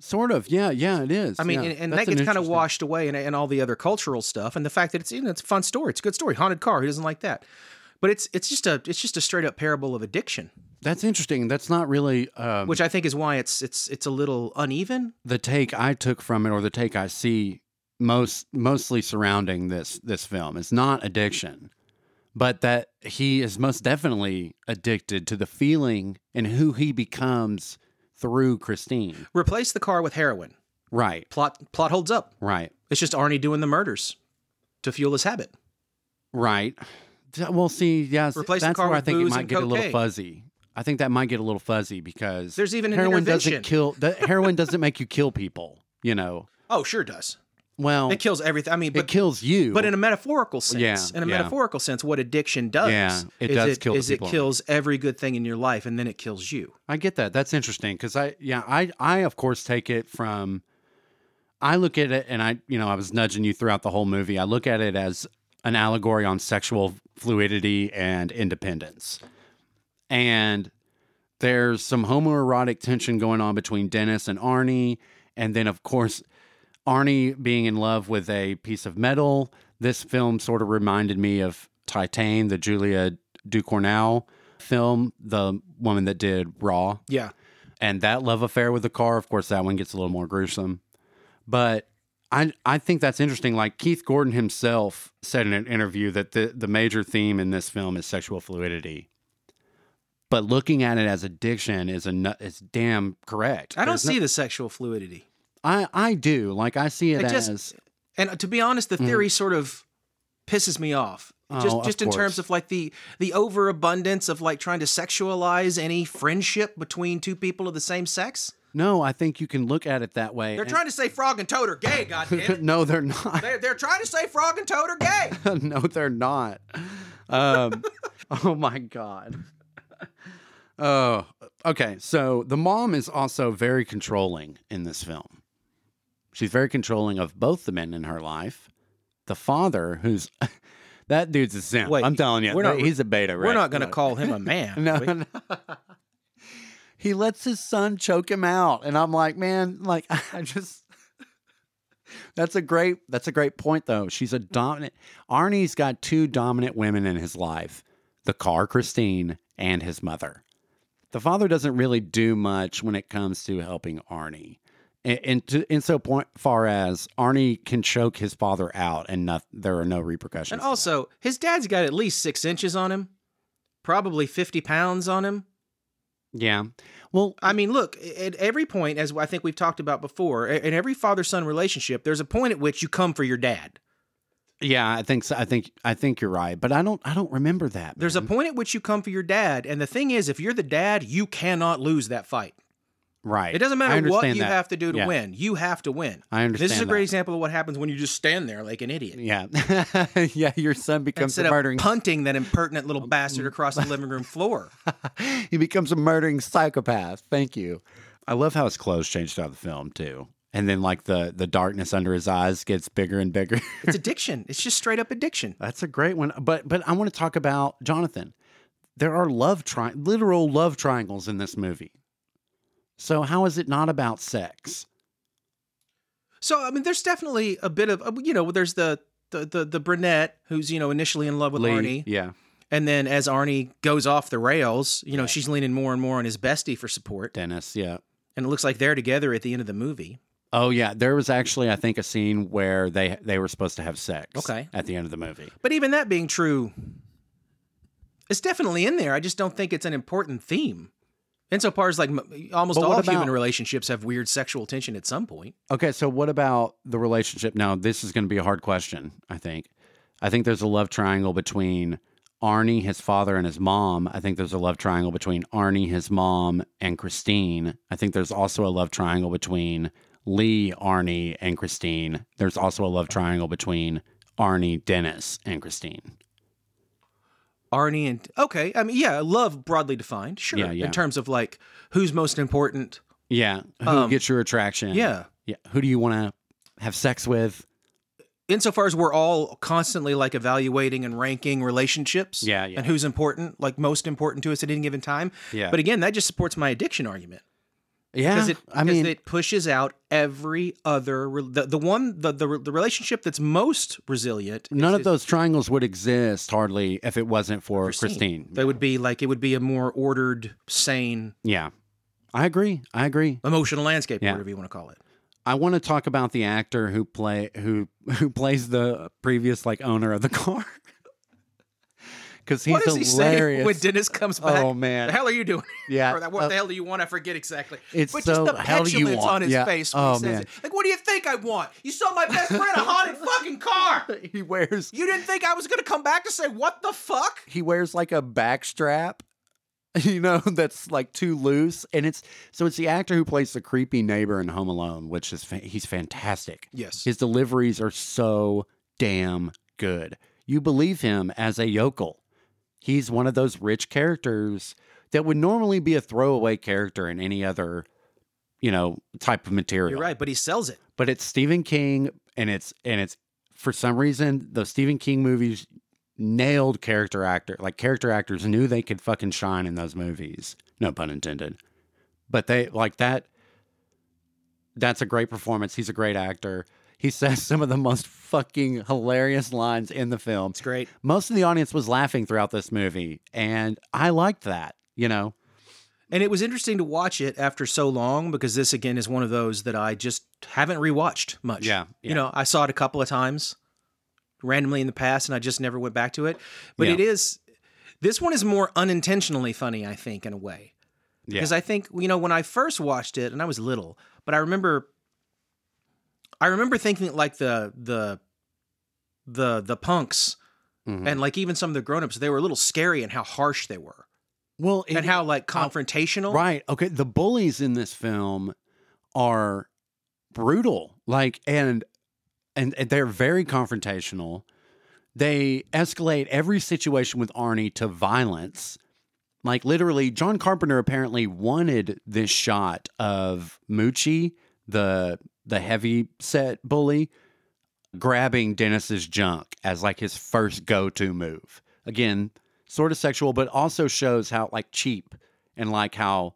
S2: Sort of. Yeah. Yeah. It is.
S1: I mean,
S2: Yeah.
S1: and, and
S2: That's
S1: that
S2: an
S1: gets kind of
S2: interesting-
S1: washed away in, in all the other cultural stuff, and the fact that it's you know, it's a fun story, it's a good story, haunted car. Who doesn't like that? But it's it's just a it's just a straight up parable of addiction,
S2: That's interesting. That's not really um,
S1: which I think is why it's it's it's a little uneven.
S2: the take I took from it, or the take I see most mostly surrounding this this film. It's not addiction. but that he is most definitely addicted to the feeling and who he becomes through Christine.
S1: Replace the car with heroin.
S2: Right,
S1: Plot plot holds up.
S2: right,
S1: It's just Arnie doing the murders to fuel his habit.
S2: right. D- We'll see. Yes,
S1: Replace the
S2: that's
S1: car
S2: where I
S1: with
S2: think it
S1: booze
S2: might
S1: and
S2: get a little
S1: cocaine.
S2: fuzzy. I think that might get a little fuzzy because
S1: There's even an
S2: heroin
S1: intervention.
S2: doesn't kill. The heroin doesn't make you kill people. You know.
S1: Oh, sure does.
S2: Well,
S1: It kills everything. I mean,
S2: it
S1: but
S2: kills you.
S1: but in a metaphorical sense,
S2: Yeah,
S1: in a
S2: yeah.
S1: metaphorical sense, what addiction does
S2: Yeah, it
S1: is
S2: does
S1: it,
S2: kill the
S1: is it
S2: people.
S1: kills every good thing in your life and then it kills you.
S2: I get that. That's interesting because I, yeah, I, I of course take it from. I look at it, and I, you know, I was nudging you throughout the whole movie. I look at it as an allegory on sexual fluidity and independence, and there's some homoerotic tension going on between Dennis and Arnie, and then of course, Arnie being in love with a piece of metal. This film sort of reminded me of Titane, the Julia Ducournau film, the woman that did Raw,
S1: Yeah.
S2: and that love affair with the car. Of course, that one gets a little more gruesome, but I I think that's interesting. Like Keith Gordon himself said in an interview that the the major theme in this film is sexual fluidity. But looking at it as addiction is a nu- is damn correct.
S1: I don't
S2: There's no-
S1: see the sexual fluidity.
S2: I I do like I see it,
S1: It just-
S2: as
S1: And uh, to be honest, the theory sort of pisses me off.
S2: Mm-hmm. Oh,
S1: Just
S2: of
S1: just in terms
S2: course.
S1: of like the the overabundance of like trying to sexualize any friendship between two people of the same sex.
S2: no. I think you can look at it that way.
S1: They're
S2: and-
S1: trying to say frog and toad are gay, goddammit.
S2: [laughs] no, they're not.
S1: They're, they're trying to say frog and toad are gay.
S2: no, they're not. Um, [laughs] oh my god. Oh, okay. So the mom is also very controlling in this film. She's very controlling of both the men in her life. The father, who's [laughs] that dude's a simp.
S1: Wait,
S2: I'm telling you,
S1: we're not-
S2: he's a beta.
S1: We're
S2: [laughs] right?
S1: not going to
S2: No.
S1: call him a man.
S2: [laughs] No,
S1: are we?
S2: no. he lets his son choke him out, and I'm like, man, like [laughs] I just. That's a great. That's a great point, though. She's a dominant. Arnie's got two dominant women in his life: the car, Christine, and his mother. The father doesn't really do much when it comes to helping Arnie, and and, to, and so point far as Arnie can choke his father out, and not, there are no repercussions.
S1: And
S2: to that.
S1: also, his dad's got at least six inches on him, probably 50 pounds on him.
S2: yeah. Well,
S1: I mean, look, at every point, as I think we've talked about before, in every father son relationship, there's a point at which you come for your dad.
S2: Yeah, I think so. I think I think you're right, but I don't I don't remember that.
S1: There's a
S2: man.
S1: point at which you come for your dad. And the thing is, if you're the dad, you cannot lose that fight.
S2: right.
S1: It doesn't
S2: I
S1: matter what
S2: understand
S1: you
S2: that.
S1: have to do to
S2: Yeah.
S1: win, you have to win.
S2: I understand.
S1: This is a great example of what happens when you just stand there like an idiot.
S2: that. Yeah, [laughs] yeah. Your son becomes
S1: Instead
S2: a
S1: of
S2: murdering. [laughs]
S1: punting that impertinent little bastard across the living room floor.
S2: he becomes a murdering psychopath. Thank you. I love how his clothes changed out of the film too, and then like the the darkness under his eyes gets bigger and bigger.
S1: It's addiction. It's just straight up addiction.
S2: [laughs] That's a great one. But but I want to talk about Jonathan. There are love tri literal love triangles in this movie. So how is it not about sex?
S1: So I mean, there's definitely a bit of you know, there's the the the, the brunette who's you know initially in love with
S2: Lee,
S1: Arnie,
S2: Yeah.
S1: and then as Arnie goes off the rails, you know, she's leaning more and more on his bestie for support,
S2: Dennis. Yeah.
S1: and it looks like they're together at the end of the movie.
S2: Oh yeah, there was actually I think a scene where they they were supposed to have sex.
S1: Okay.
S2: At the end of the movie.
S1: But even that being true, it's definitely in there. I just don't think it's an important theme. Insofar as like m- almost
S2: But
S1: all
S2: what
S1: human
S2: about-
S1: relationships have weird sexual tension at some point.
S2: Okay, so what about the relationship? Now this is going to be a hard question. I think, I think there's a love triangle between Arnie, his father, and his mom. I think there's a love triangle between Arnie, his mom, and Christine. I think there's also a love triangle between Lee, Arnie, and Christine. There's also a love triangle between Arnie, Dennis, and Christine.
S1: Arnie and okay, I mean yeah, love broadly defined, sure.
S2: Yeah, yeah.
S1: In terms of like who's most important.
S2: Yeah, who
S1: Um,
S2: gets your attraction?
S1: Yeah.
S2: yeah. Who do you want to have sex with?
S1: insofar as we're all constantly like evaluating and ranking relationships
S2: Yeah, yeah.
S1: and who's important like most important to us at any given time
S2: Yeah.
S1: but again that just supports my addiction argument
S2: yeah,
S1: it
S2: I
S1: 'cause
S2: mean,
S1: it pushes out every other re- the, the one the, the the relationship that's most resilient
S2: none of those triangles would exist hardly if it wasn't for Christine.
S1: they would be like it would be a more ordered sane
S2: Yeah. I agree. I agree.
S1: emotional landscape
S2: Yeah.
S1: whatever you want to call it
S2: I want to talk about the actor who [laughs] play who who plays the previous like owner of the car. because he's
S1: What does he say
S2: hilarious.
S1: when Dennis comes back?
S2: oh man,
S1: The [laughs] hell are you doing?
S2: Yeah,
S1: or that, what
S2: uh,
S1: the hell do you want? I forget exactly.
S2: it's
S1: but
S2: so-
S1: just the
S2: hell do you
S1: petulance
S2: want?
S1: on his
S2: Yeah.
S1: face when
S2: Oh,
S1: he says
S2: man.
S1: it. Like, what do you think I want? You sold my best friend a
S2: [laughs]
S1: haunted fucking car.
S2: [laughs] he wears
S1: You didn't think I was gonna come back to say what the fuck?
S2: he wears like a backstrap, [laughs] you know, that's like too loose, and it's so it's the actor who plays the creepy neighbor in Home Alone, which is fa- he's fantastic.
S1: Yes.
S2: His deliveries are so damn good. You believe him as a yokel. He's one of those rich characters that would normally be a throwaway character in any other, you know, type of material.
S1: You're right, but he sells it.
S2: But it's Stephen King and it's and it's for some reason the Stephen King movies nailed character actor. Like character actors knew they could fucking shine in those movies. No pun intended. But they like that that's a great performance. He's a great actor. He says some of the most fucking hilarious lines in the film.
S1: It's great.
S2: Most of the audience was laughing throughout this movie, and I liked that, you know.
S1: And it was interesting to watch it after so long because this again is one of those that I just haven't rewatched much.
S2: Yeah, yeah.
S1: You know, I saw it a couple of times randomly in the past and I just never went back to it. But
S2: Yeah.
S1: it is this one is more unintentionally funny, I think, in a way.
S2: Yeah.
S1: Because I think, you know, when I first watched it and I was little, but I remember I remember thinking like the the the the punks
S2: Mhm.
S1: and like even some of the grown-ups, they were a little scary and how harsh they were.
S2: well, it-
S1: and how like confrontational.
S2: Right. Okay. The bullies in this film are brutal. Like and and, and they're very confrontational. They escalate every situation with Arnie to violence. Like literally, John Carpenter apparently wanted this shot of Moochie, the the heavy set bully, grabbing Dennis's junk as like his first go to move. Again, sort of sexual, but also shows how like cheap and like how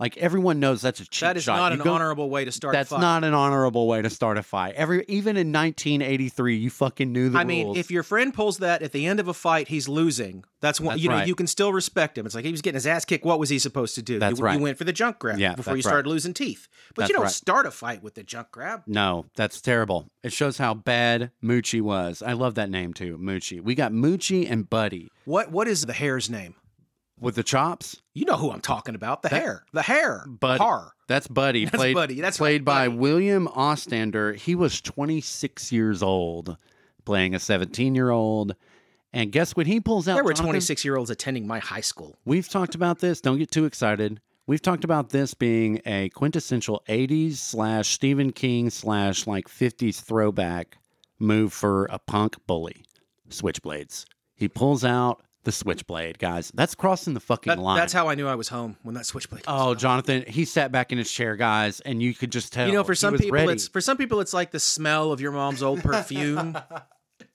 S2: like everyone knows that's a cheap
S1: That is
S2: shot.
S1: not
S2: You
S1: an
S2: go-
S1: honorable way to start.
S2: that's
S1: a fight.
S2: not an honorable way to start a fight. Every even in 1983, you fucking knew the
S1: I
S2: rules.
S1: mean, if your friend pulls that at the end of a fight, he's losing. That's one.
S2: That's
S1: you know,
S2: right.
S1: you can still respect him. It's like he was getting his ass kicked. What was he supposed to do?
S2: That's
S1: you,
S2: right.
S1: you went for the junk grab
S2: Yeah,
S1: before you
S2: that's right.
S1: started losing teeth. But
S2: That's
S1: you don't
S2: right.
S1: start a fight with the junk grab.
S2: No, that's terrible. It shows how bad Moochie was. I love that name too, Moochie. We got Moochie and Buddy
S1: What What is the hare's name?
S2: with the chops.
S1: You know who I'm talking about. The
S2: That-
S1: hare. The hare.
S2: Buddy.
S1: Har.
S2: That's Buddy.
S1: That's
S2: played,
S1: Buddy. That's
S2: played
S1: right,
S2: by
S1: Buddy.
S2: William Ostander. He was 26 years old, playing a 17 year old. And guess when he pulls out?
S1: There were
S2: Jonathan-
S1: 26 year olds attending my high school.
S2: We've talked about this. Don't get too excited. We've talked about this being a quintessential 80s slash Stephen King slash like 50s throwback move for a punk bully. Switchblades. He pulls out the switchblade, guys. That's crossing the fucking
S1: That-
S2: line.
S1: that's how I knew I was home when that switchblade. comes
S2: oh,
S1: out.
S2: Jonathan, he sat back in his chair, guys, and you could just tell.
S1: You know,
S2: he
S1: for some
S2: was
S1: people,
S2: ready.
S1: it's for some people, it's like the smell of your mom's old
S2: [laughs]
S1: perfume.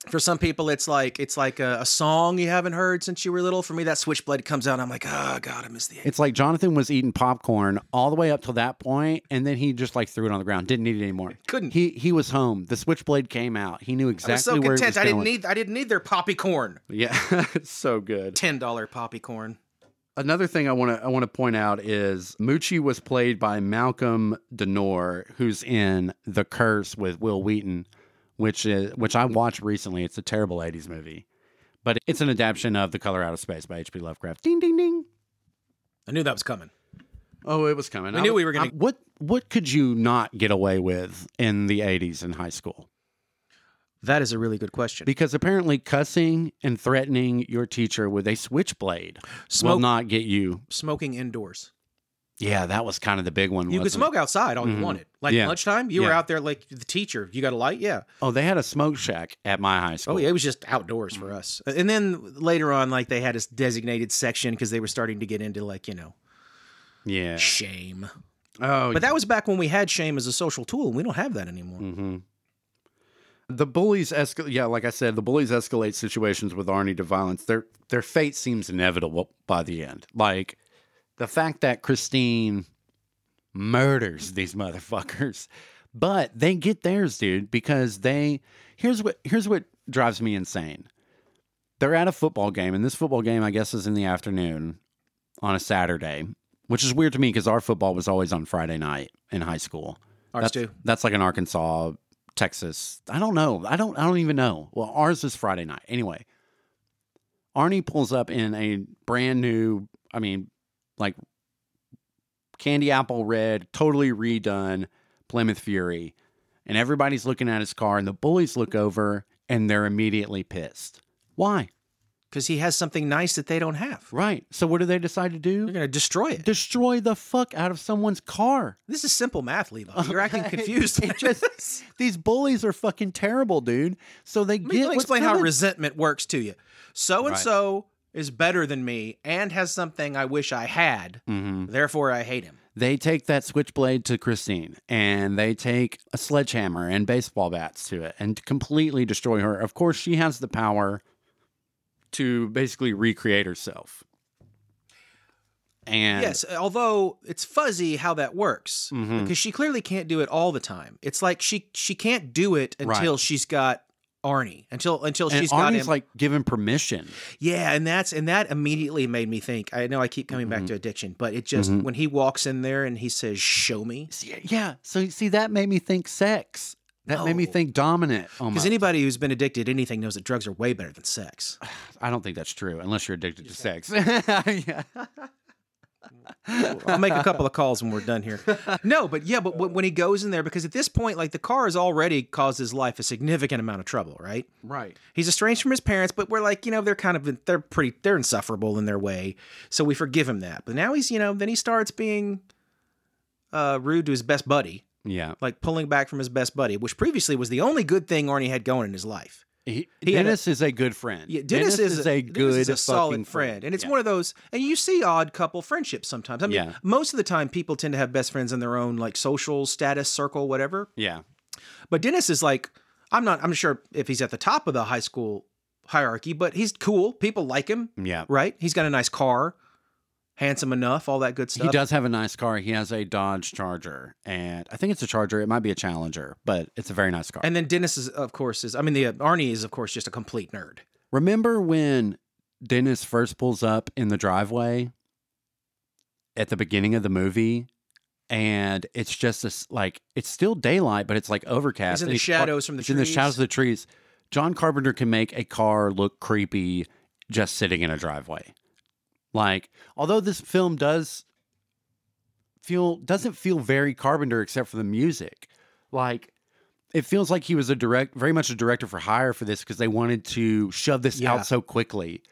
S1: for some people, it's like it's like a, a song you haven't heard since you were little. For me, that switchblade comes out, and I'm like, oh god, I miss the. 80s."
S2: It's like Jonathan was eating popcorn all the way up till that point, and then he just like threw it on the ground. Didn't need it anymore.
S1: Couldn't.
S2: He he was home. The switchblade came out. He knew
S1: I
S2: exactly
S1: was so
S2: where it
S1: content.
S2: was
S1: I didn't
S2: going.
S1: need I didn't need their poppy corn.
S2: Yeah, [laughs] it's so good.
S1: Ten dollar poppy corn.
S2: Another thing I want to I want to point out is Moochie was played by Malcolm Denor, who's in The Curse with Will Wheaton, which is which I watched recently. It's a terrible '80s movie, but it's an adaptation of The Color Out of Space by H.P. Lovecraft. Ding ding ding.
S1: I knew that was coming.
S2: Oh, it was coming.
S1: We
S2: I
S1: knew
S2: was-
S1: we were gonna-
S2: I- what What could you not get away with in the '80s in high school?
S1: That is a really good question.
S2: Because apparently, cussing and threatening your teacher with a switchblade
S1: Smoke
S2: will not get you.
S1: smoking indoors.
S2: Yeah, that was kind of the big one.
S1: You could
S2: wasn't it?
S1: smoke outside all
S2: Mhm.
S1: you wanted. Like
S2: Yeah.
S1: lunchtime, you were
S2: Yeah.
S1: out there like the teacher. You got a light, yeah.
S2: Oh, they had a smoke shack at my high school.
S1: Oh, yeah, it was just outdoors
S2: Mm.
S1: for us. And then later on, like they had a designated section because they were starting to get into like you know
S2: Yeah.
S1: shame.
S2: Oh,
S1: But that was back when we had shame as a social tool, and we don't have that anymore.
S2: hmm Mm-hmm. The bullies escalate. Yeah, like I said, the bullies escalate situations with Arnie to violence. Their their fate seems inevitable by the end. Like the fact that Christine murders these motherfuckers, but they get theirs, dude, because they. Here's what here's what drives me insane. They're at a football game, and this football game, I guess, is in the afternoon on a Saturday, which is weird to me because our football was always on Friday night in high school.
S1: Ours
S2: That's-
S1: too.
S2: That's like an Arkansas, Texas. I don't know. I don't. I don't even know. Well, ours is Friday night. Anyway, Arnie pulls up in a brand new, I mean, like candy apple red, totally redone Plymouth Fury. And everybody's looking at his car, and the bullies look over and they're immediately pissed. Why?
S1: because he has something nice that they don't have.
S2: Right. So, what do they decide to
S1: They're
S2: do?
S1: going to destroy it.
S2: Destroy the fuck out of someone's car.
S1: This is simple math, Levi. You're acting
S2: Okay.
S1: confused.
S2: [laughs]
S1: [laughs]
S2: It just- These bullies are fucking terrible, dude. So they
S1: Let me,
S2: get.
S1: let me
S2: what's
S1: explain how
S2: coming-
S1: resentment works to you. So and so is better than me and has something I wish I had.
S2: Mhm.
S1: Therefore, I hate him.
S2: They take that switchblade to Christine and they take a sledgehammer and baseball bats to it and completely destroy her. Of course, she has the power to basically recreate herself. And Mm-hmm.
S1: Yes, although it's fuzzy how that works
S2: Hmm.
S1: because she clearly can't do it all the time. It's like she she can't do it
S2: Right.
S1: until she's got Arnie until until
S2: and
S1: she's got
S2: Arnie's
S1: him.
S2: like given permission.
S1: yeah, and that's and that immediately made me think. I know I keep coming
S2: Mm-hmm.
S1: back to addiction, but it just when he walks in there and he says, "Show me,"
S2: See, yeah. Mm-hmm. So see, that made me think sex. That made me
S1: Oh.
S2: think dominant. Oh my!
S1: because anybody who's been addicted to anything knows that drugs are way better than
S2: [laughs]
S1: sex.
S2: I don't think that's true unless you're addicted to sex. [laughs] yeah.
S1: I'll make a couple of calls when we're done here. No, but yeah, but when when he goes in there, because at this point, like the car has already caused his life a significant amount of trouble, right?
S2: Right.
S1: He's estranged from his parents, but we're like, you know, they're kind of they're pretty they're insufferable in their way, so we forgive him that. But now he's, you know, then he starts being uh, rude to his best buddy,
S2: Yeah.
S1: like pulling back from his best buddy, which previously was the only good thing Arnie had going in his life.
S2: He,
S1: He had a-
S2: Dennis is a good friend.
S1: Yeah, Dennis, is,
S2: a
S1: Dennis
S2: good,
S1: is a
S2: fucking
S1: solid friend, and it's
S2: Yeah.
S1: one of those. And you see odd couple friendships sometimes. I mean,
S2: Yeah.
S1: most of the time, people tend to have best friends in their own like social status circle, whatever.
S2: Yeah,
S1: But Dennis is like, I'm not. I'm sure if he's at the top of the high school hierarchy, but he's cool. People like him,
S2: yeah.
S1: right? He's got a nice car, handsome enough, all that good stuff.
S2: He does have a nice car. He has a Dodge Charger, and I think it's a Charger. It might be a Challenger, but it's a very nice car.
S1: And then Dennis is, of course, is. I mean, the uh, Arnie is, of course, just a complete nerd.
S2: Remember when Dennis first pulls up in the driveway at the beginning of the movie? And it's just this like it's still daylight, but it's like overcast.
S1: He's in
S2: and
S1: the shadows from the
S2: he's in the shadows of the trees. John Carpenter can make a car look creepy just sitting in a driveway. Like, although this film does feel doesn't feel very Carpenter except for the music. Like it feels like he was a direct very much a director for hire for this because they wanted to shove this
S1: Yeah.
S2: out so quickly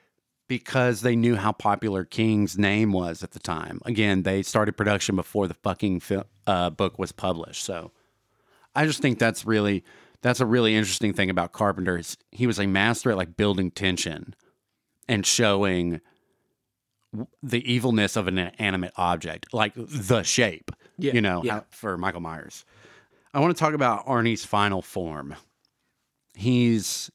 S2: because they knew how popular King's name was at the time. Again, they started production before the fucking fil- uh, book was published. So I just think that's really that's a really interesting thing about Carpenter. Is he was a master at like building tension and showing w- the evilness of an inanimate object, like the shape.
S1: Yeah,
S2: you know,
S1: yeah.
S2: how- for Michael Myers. I want to talk about Arnie's final form. He's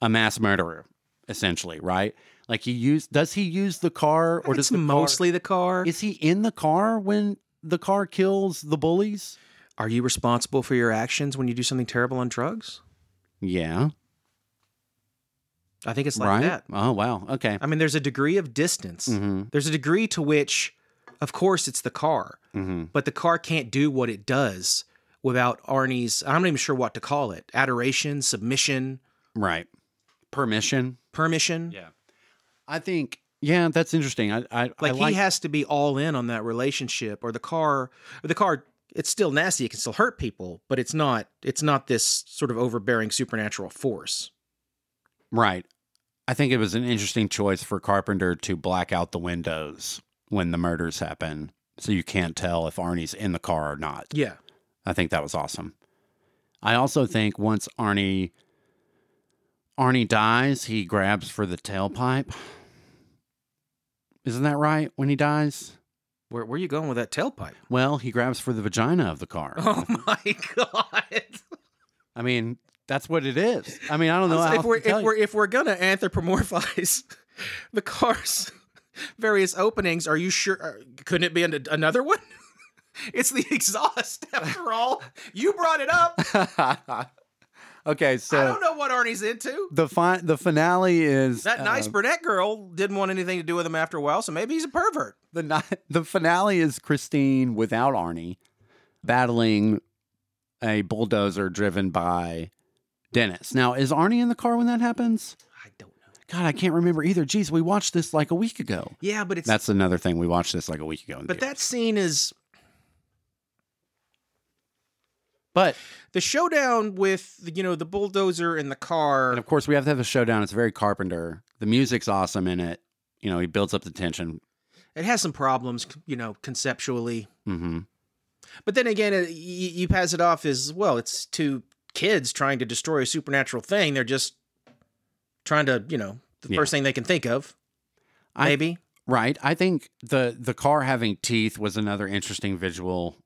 S2: a mass murderer, essentially, right? Like he use does he use the car or
S1: Or
S2: does
S1: just
S2: the
S1: mostly the car.
S2: car, is he in the car when the car kills the bullies?
S1: Are you responsible for your actions when you do something terrible on drugs?
S2: Yeah.
S1: I think it's like
S2: right. Mm-hmm.
S1: that.
S2: Oh wow. Okay.
S1: I mean, there's a degree of distance. There's a degree to which, of course, it's the car,
S2: Mm-hmm.
S1: but the car can't do what it does without Arnie's, I'm not even sure what to call it adoration, submission,
S2: Right. Permission.
S1: permission.
S2: Yeah. I think. Yeah, that's interesting. I I I
S1: Like,
S2: like.
S1: he has to be all in on that relationship or the car, or the car. It's still nasty. It can still hurt people, but it's not. It's not this sort of overbearing supernatural force.
S2: right. I think it was an interesting choice for Carpenter to black out the windows when the murders happen, so you can't tell if Arnie's in the car or not.
S1: Yeah,
S2: I think that was awesome. I also think once Arnie Arnie dies, he grabs for the tailpipe. Isn't that right? When he dies,
S1: where where are you going with that tailpipe?
S2: well, he grabs for the vagina of the car.
S1: Oh my god!
S2: I mean, that's what it is. I mean, I don't know. how
S1: if
S2: else
S1: we're
S2: to tell
S1: if
S2: you.
S1: we're if we're gonna anthropomorphize [laughs] the cars, [laughs] various openings, are you sure? uh, Couldn't it be an, another one? [laughs] it's the [laughs] exhaust, after all. You brought it up.
S2: [laughs] okay,
S1: I
S2: so
S1: don't know what Arnie's into.
S2: the fi- the finale is um,
S1: That nice brunette girl didn't want anything to do with him after a while, so maybe he's a pervert.
S2: the ni- the finale is Christine without Arnie battling a bulldozer driven by Dennis. Now, is Arnie in the car when that happens?
S1: I don't know.
S2: God, I can't remember either. Geez, we watched this like a week ago.
S1: Yeah, but it's
S2: That's another thing. We watched this like a week ago. in
S1: but
S2: theaters.
S1: that scene is
S2: but
S1: the showdown with you know the bulldozer and the car.
S2: and of course we have to have a showdown. It's very Carpenter. The music's awesome in it. You know, he builds up the tension.
S1: it has some problems, you know, conceptually.
S2: hmm
S1: But then again, it, you, you pass it off as well. It's two kids trying to destroy a supernatural thing. They're just trying to, you know, the
S2: Yeah.
S1: first thing they can think of.
S2: I-
S1: Maybe
S2: Right. I think the the car having teeth was another interesting visual.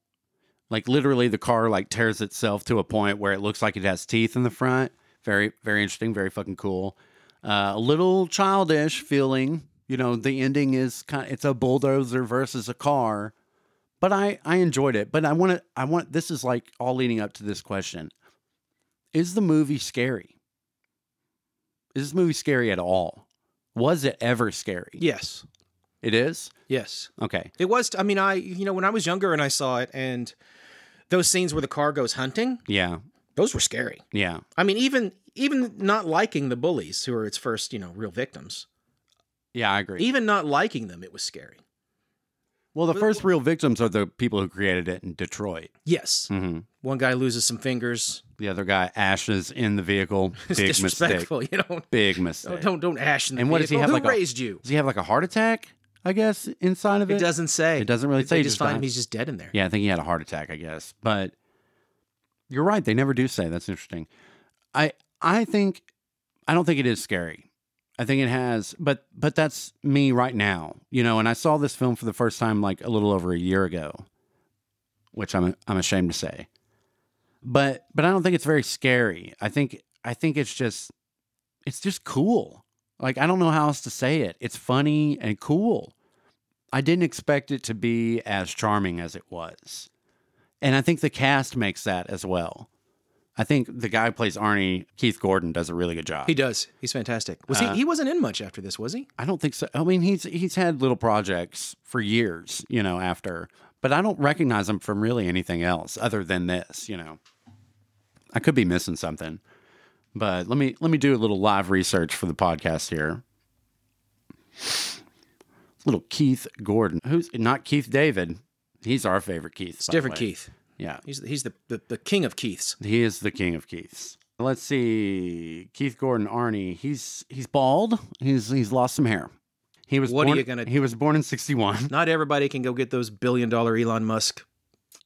S2: Like literally the car like tears itself to a point where it looks like it has teeth in the front. Very very interesting, very fucking cool. Uh, a little childish feeling. You know, the ending is kind it's a bulldozer versus a car. But I I enjoyed it. But I want to I want this is like all leading up to this question. Is the movie scary? Is this movie scary at all? Was it ever scary?
S1: yes,
S2: It is?
S1: yes.
S2: Okay.
S1: It was. I mean, I you know when I was younger and I saw it, and those scenes where the car goes hunting,
S2: Yeah.
S1: those were scary.
S2: Yeah.
S1: I mean, even even not liking the bullies who are its first you know real victims,
S2: Yeah, I agree.
S1: even not liking them, it was scary.
S2: Well, the first real victims are the people who created it in Detroit.
S1: Yes,
S2: hmm
S1: one guy loses some fingers.
S2: The other guy ashes in the vehicle.
S1: [laughs] It's
S2: [laughs] Big mistake.
S1: disrespectful. You know,
S2: Big
S1: don't
S2: mistake.
S1: don't, don't ash in the
S2: And what does he
S1: vehicle.
S2: have,
S1: Who
S2: like a-
S1: raised you?
S2: Does he have like a heart attack? I guess inside of it.
S1: It doesn't say.
S2: It doesn't really say.
S1: They
S2: he
S1: just
S2: just
S1: find him.
S2: died.
S1: He's just dead in there.
S2: Yeah, I think he had a heart attack. I guess, but you're right. They never do say. That's interesting. I I think I don't think it is scary. I think it has, but but that's me right now, you know. And I saw this film for the first time like a little over a year ago, which I'm I'm ashamed to say. But but I don't think it's very scary. I think I think it's just it's just cool. Like I don't know how else to say it. It's funny and cool. I didn't expect it to be as charming as it was. And I think the cast makes that as well. I think the guy who plays Arnie, Keith Gordon, does a really good job.
S1: He does. He's fantastic. Was
S2: Uh,
S1: he? He wasn't in much after this, was he?
S2: I don't think so. I mean, he's he's had little projects for years, you know, after, but I don't recognize him from really anything else other than this, you know. I could be missing something. But let me let me do a little live research for the podcast here. Little Keith Gordon. Who's not Keith David. He's our favorite Keith.
S1: It's different Keith.
S2: Yeah.
S1: He's he's the, the the king of Keiths.
S2: He is the king of Keiths. Let's see. Keith Gordon Arnie. He's he's bald. He's he's lost some hair. He was
S1: What are
S2: born,
S1: you gonna-
S2: He was born in 61.
S1: Not everybody can go get those billion dollar Elon Musk.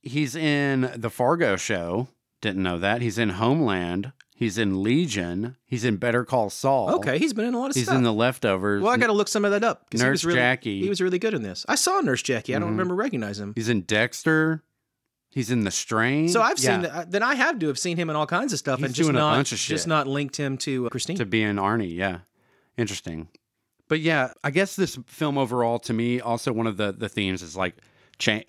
S2: He's in the Fargo show. Didn't know that. He's in Homeland. He's in Legion. He's in Better Call Saul.
S1: Okay, he's been in a lot of
S2: He's
S1: stuff.
S2: in the leftovers.
S1: well, I got to look some of that up. 'cause he
S2: Nurse
S1: was really,
S2: Jackie.
S1: He was really good in this. I saw Nurse Jackie. I don't
S2: Mhm.
S1: remember recognizing him.
S2: he's in Dexter. He's in The Strain.
S1: So I've
S2: Yeah,
S1: seen that. Then I have to have seen him in all kinds of stuff,
S2: He's
S1: and just
S2: doing a
S1: not
S2: bunch of shit.
S1: just not linked him to uh, Christine.
S2: to be in Arnie. Yeah, interesting. But yeah, I guess this film overall, to me, also one of the the themes is like cha-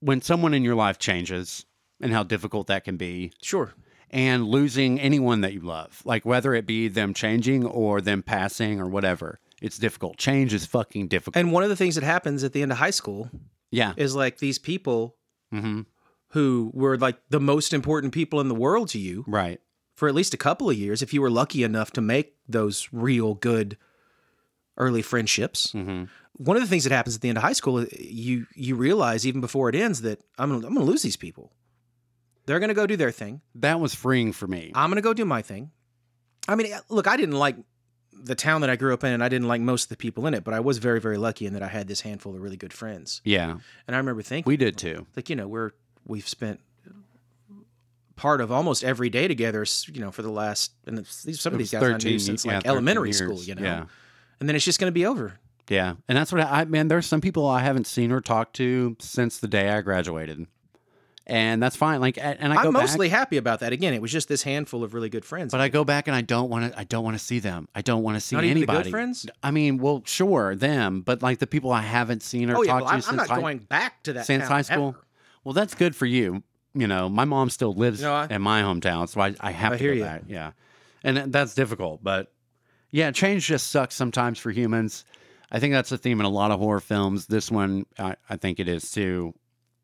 S2: when someone in your life changes and how difficult that can be,
S1: sure.
S2: and losing anyone that you love, like whether it be them changing or them passing or whatever. It's difficult. Change is fucking difficult.
S1: And one of the things that happens at the end of high school
S2: yeah.
S1: is like these people
S2: hmm
S1: who were like the most important people in the world to you
S2: Right.
S1: for at least a couple of years, if you were lucky enough to make those real good early friendships.
S2: hmm
S1: One of the things that happens at the end of high school, uh, you you realize even before it ends that I'm gonna, I'm going to lose these people. They're going to go do their thing.
S2: That was freeing for me.
S1: I'm going to go do my thing. I mean, uh, look, I didn't like the town that I grew up in, and I didn't like most of the people in it, but I was very, very lucky in that I had this handful of really good friends.
S2: yeah,
S1: And I remember thinking,
S2: we did too.
S1: like you know we're we've spent part of almost every day together s- you know for the last and it's, these- some of
S2: It
S1: these
S2: was
S1: guys I knew
S2: 13
S1: since
S2: yeah,
S1: like
S2: 13
S1: elementary
S2: years.
S1: school you know
S2: Yeah.
S1: and then it's just going to be over
S2: Yeah. And that's what I, man, there's some people I haven't seen or talked to since the day I graduated. And that's fine. Like, and and I go
S1: i'm
S2: back-
S1: mostly happy about that again it was just this handful of really good friends
S2: but I go back and I don't want to, I don't want to see them. I don't want to see
S1: not even the
S2: anybody.
S1: good friends
S2: I mean, well, sure, them, but like the people I haven't seen or
S1: oh yeah
S2: talked
S1: well,
S2: to
S1: I'm,
S2: since
S1: I'm not
S2: high-
S1: going back to that
S2: since
S1: town
S2: high school.
S1: ever.
S2: Well, that's good for you. You know, my mom still lives
S1: No, I-
S2: in my hometown, so I, I have
S1: I
S2: to
S1: hear
S2: go
S1: you.
S2: back. Yeah, and that- that's difficult, but yeah, change just sucks sometimes for humans. I think that's a theme in a lot of horror films. This one, I, I think it is too,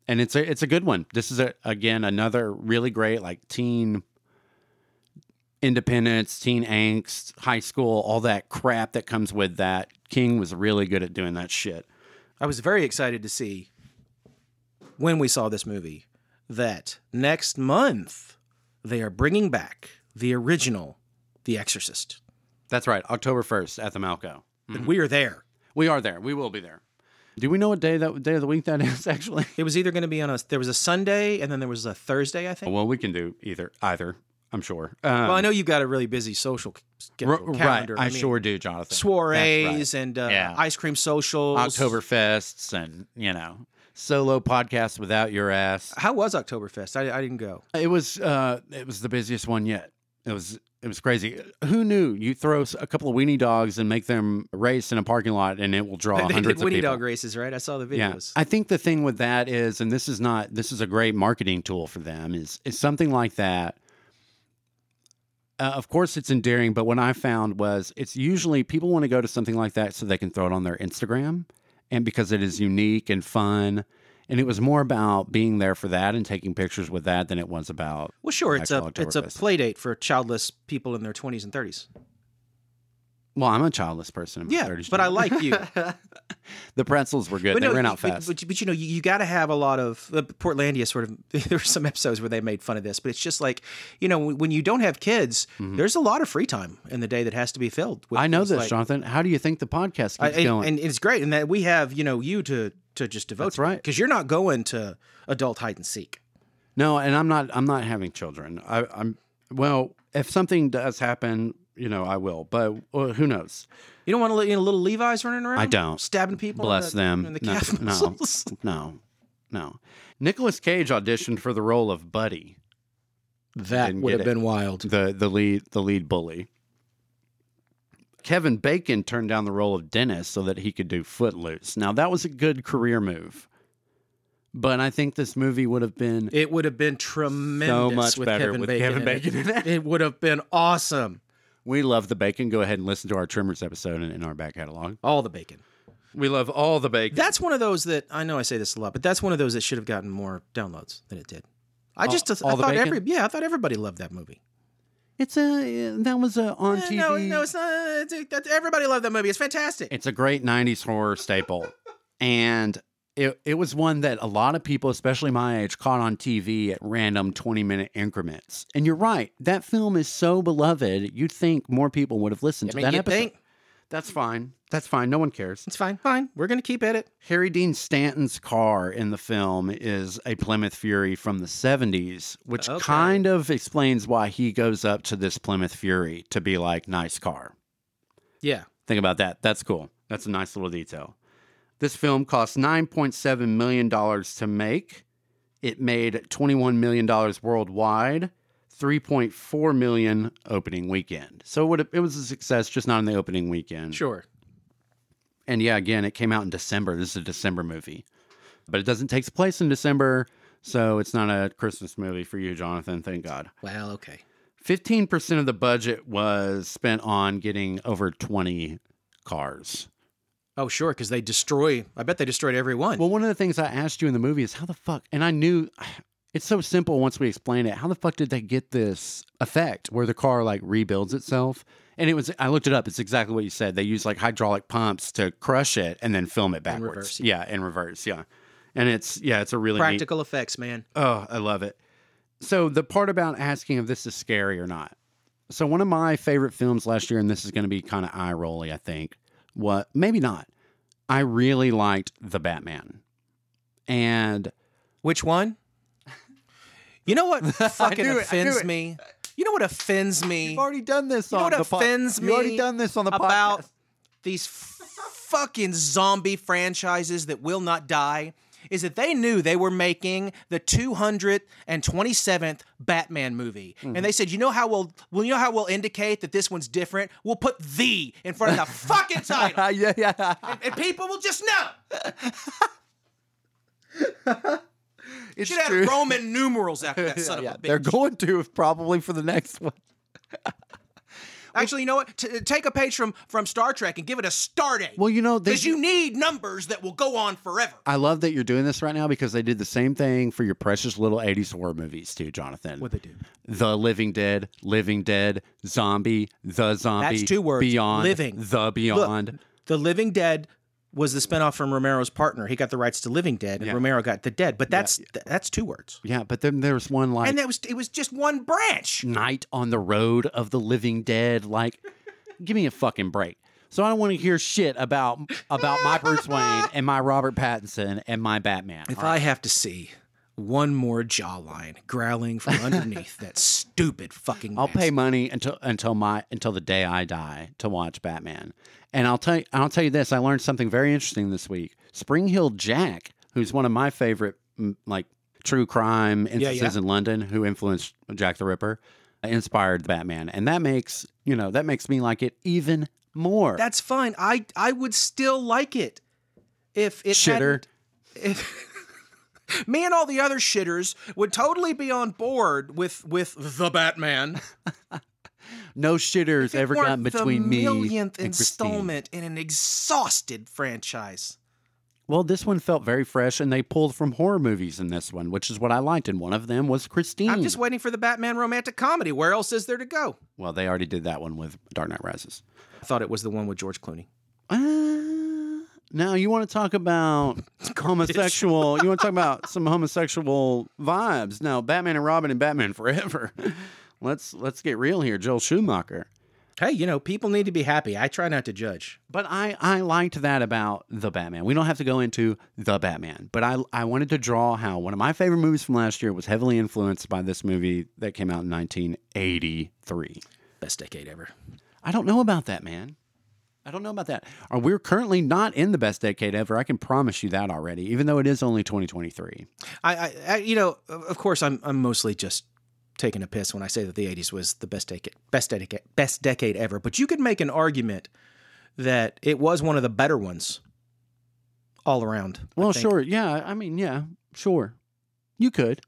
S2: and it's a it's a good one. This is a, again another really great like teen independence, teen angst, high school, all that crap that comes with that. King was really good at doing that shit.
S1: I was very excited to see when we saw this movie that next month they are bringing back the original The Exorcist.
S2: That's right, October 1st at the Malco.
S1: And we are there.
S2: We are there. We will be there. Do we know what day that day of the week that [laughs] is actually?
S1: It was either going to be on a there was a Sunday and then there was a Thursday, I think.
S2: Well, we can do either either, I'm sure. Um,
S1: Well, I know you've got a really busy social c-
S2: r-
S1: schedule,
S2: right,
S1: calendar.
S2: I,
S1: mean,
S2: sure do, Jonathan. That's
S1: soirees and uh,
S2: Yeah.
S1: ice cream socials.
S2: right. Oktoberfests and, you know, solo podcasts without your ass.
S1: How was Oktoberfest? I, I didn't go.
S2: It was uh it was the busiest one yet. It was it was crazy. Who knew you throw s- a couple of weenie dogs and make them race in a parking lot and it will
S1: [laughs]
S2: draw
S1: they did
S2: hundreds of
S1: Winnie
S2: people.
S1: Dog races, right? I saw the videos.
S2: I think the thing with that is, and this is not this is a great marketing tool for them, is is something like that. Uh, of course, it's endearing, but what I found was it's usually people want to go to something like that so they can throw it on their Instagram, and because it is unique and fun, and it was more about being there for that and taking pictures with that than it was about
S1: Well, sure, it's a
S2: Actual
S1: it's a
S2: Oktoberfest.
S1: play date for childless people in their twenties and thirties.
S2: Well, I'm a childless person. in my
S1: Yeah,
S2: 30s,
S1: but I
S2: Jim.
S1: like you.
S2: the pretzels were [laughs] good.
S1: but
S2: they
S1: no,
S2: ran
S1: you-
S2: out
S1: but-
S2: fast.
S1: But, but you know, you, you got to have a lot of uh, Portlandia. Sort of, [laughs] there were some episodes where they made fun of this, but it's just like you know, when you don't have kids, there's a lot of free time in the day that has to be filled. With
S2: Mm-hmm. I know
S1: things
S2: this,
S1: like-
S2: Jonathan. How do you think the podcast keeps
S1: I- and,
S2: going?
S1: and it's great, and that we have you know you to to just devote.
S2: That's
S1: to
S2: right.
S1: because you're not going to adult hide and seek.
S2: no, and I'm not. I'm not having children. I, I'm well. If something does happen, you know, I will. But well, who knows?
S1: You don't want to let you know, little Levi's running around.
S2: I don't.
S1: stabbing people. in
S2: Bless
S1: the-
S2: them.
S1: in the [laughs]
S2: No,
S1: calf
S2: no.
S1: muscles.
S2: No, no. Nicholas Cage auditioned for the role of Buddy,
S1: That
S2: Didn't
S1: would
S2: get
S1: have
S2: it.
S1: been wild.
S2: the the lead the lead bully. Kevin Bacon turned down the role of Dennis so that he could do Footloose. Now that was a good career move, but I think this movie would have been
S1: It would have been tremendous
S2: so much
S1: with
S2: better
S1: Kevin
S2: with
S1: Bacon. in
S2: Kevin
S1: it.
S2: Bacon in it.
S1: It would have been awesome.
S2: We love the bacon. Go ahead and listen to our Trimmers episode in, in our back catalog.
S1: All the bacon.
S2: We love all the bacon.
S1: That's one of those that I know I say this a lot, but that's one of those that should have gotten more downloads than it did. I
S2: All-
S1: just I
S2: all the
S1: thought
S2: bacon?
S1: every yeah I thought everybody loved that movie.
S2: it's a that was a on
S1: Eh,
S2: TV.
S1: No, no, it's not. It's, that's- everybody loved that movie. It's fantastic.
S2: It's a great '90s horror staple, and it it was one that a lot of people, especially my age, caught on TV at random 20 minute increments. And you're right, that film is so beloved. You'd think more people would have listened
S1: I mean,
S2: to that
S1: you
S2: episode.
S1: think
S2: That's fine. That's fine. No one cares.
S1: it's fine, fine. We're gonna keep at it.
S2: Harry Dean Stanton's car in the film is a Plymouth Fury from the 70s, which
S1: Okay.
S2: kind of explains why he goes up to this Plymouth Fury to be like, nice car.
S1: Yeah,
S2: Think about that. That's cool. That's a nice little detail. This film cost $9.7 million to make. It made $21 million worldwide, $3.4 million opening weekend. So it, would- it was a success, just not in the opening weekend.
S1: sure.
S2: And yeah, again, it came out in December. This is a December movie, but it doesn't take place in December, so it's not a Christmas movie for you, Jonathan. Thank God.
S1: Well, okay.
S2: Fifteen percent of the budget was spent on getting over twenty cars.
S1: Oh, sure, because they destroy. I bet they destroyed every one.
S2: Well, one of the things I asked you in the movie is how the fuck, and I knew [sighs] it's so simple once we explain it. How the fuck did they get this effect where the car like rebuilds itself? And it was I looked it up. It's exactly what you said. They use like hydraulic pumps to crush it and then film it backwards.
S1: reverse,
S2: yeah, in reverse. Yeah, and it's yeah, it's a really neat-
S1: Practical effects, man.
S2: Oh, I love it. So the part about asking if this is scary or not. So one of my favorite films last year, and this is going to be kind of eye rolly, I think. What? Maybe not. I really liked the Batman, and
S1: Which one? You know what fucking
S2: knew it, [laughs] I knew
S1: offends
S2: it.
S1: me? You know what offends me?
S2: already done this
S1: You know what offends me? about these f- fucking zombie franchises that will not die is that they knew they were making the 227th Batman movie, and
S2: Mm-hmm.
S1: they said, "You know how we'll, well, you know how we'll indicate that this one's different? We'll put the in front
S2: [laughs]
S1: of the fucking title,
S2: [laughs] yeah, yeah.
S1: and people will just know."
S2: It's
S1: Should have Roman
S2: [laughs]
S1: numerals after that son of a bitch.
S2: They're going to probably for the next one.
S1: Actually, you know what? T- take a page from from Star Trek and give it a star date.
S2: Well, you know, they,
S1: because you need numbers that will go on forever.
S2: I love that you're doing this right now because they did the same thing for your precious little 80s horror movies too, Jonathan.
S1: they do?
S2: The Living Dead, Living Dead, Zombie, The Zombie.
S1: two words.
S2: Beyond.
S1: Living.
S2: The Beyond.
S1: The Living Dead was the spinoff from Romero's partner. He got the rights to Living Dead, and
S2: Yeah.
S1: Romero got the Dead. But that's th- that's two words,
S2: Yeah, but then there's one like
S1: and that was it was just one branch.
S2: Night on the Road of the Living Dead. Like, give me a fucking break. So I don't want to hear shit about about my Bruce Wayne and my Robert Pattinson and my Batman.
S1: If I have to see one more jawline growling from underneath that stupid fucking,
S2: I'll pay money until until my until the day I die to watch Batman. And I'll tell you, I'll tell you this. I learned something very interesting this week. Spring Hill Jack, who's one of my favorite mm, like true crime instances in London, who influenced Jack the Ripper, inspired Batman, and that makes you know that makes me like it even more.
S1: That's fine. I I would still like it if it
S2: Shitter.
S1: hadn't- if- [laughs] me and all the other shitters would totally be on board with with the Batman.
S2: No shitters ever
S1: Weren't
S2: gotten between
S1: the
S2: me and
S1: millionth
S2: Christine.
S1: installment in an exhausted franchise.
S2: Well, this one felt very fresh, and they pulled from horror movies in this one, which is what I liked. And one of them was Christine.
S1: I'm just waiting for the Batman romantic comedy. Where else is there to go?
S2: Well, they already did that one with Dark Knight Rises.
S1: I thought it was the one with George Clooney.
S2: Uh, now you want to talk [laughs] about homosexual? You want to talk about some homosexual vibes? Now, Batman and Robin and Batman Forever. [laughs] let's let's get real here, Joel Schumacher.
S1: Hey, you know, people need to be happy. I try not to judge.
S2: But I I liked that about the Batman. We don't have to go into the Batman, but I I wanted to draw how one of my favorite movies from last year was heavily influenced by this movie that came out in 1983.
S1: Best decade ever.
S2: I don't know about that, man. I don't know about that. Uh, We're currently not in the best decade ever. I can promise you that already, even though it is only 2023.
S1: I, I, I you know, of of course, I'm I'm mostly just taking a piss when I say that the '80s was the best decade, best decade, best decade ever. But you could make an argument that it was one of the better ones all around. I
S2: Well,
S1: think.
S2: sure. Yeah. I mean, yeah, sure. You could.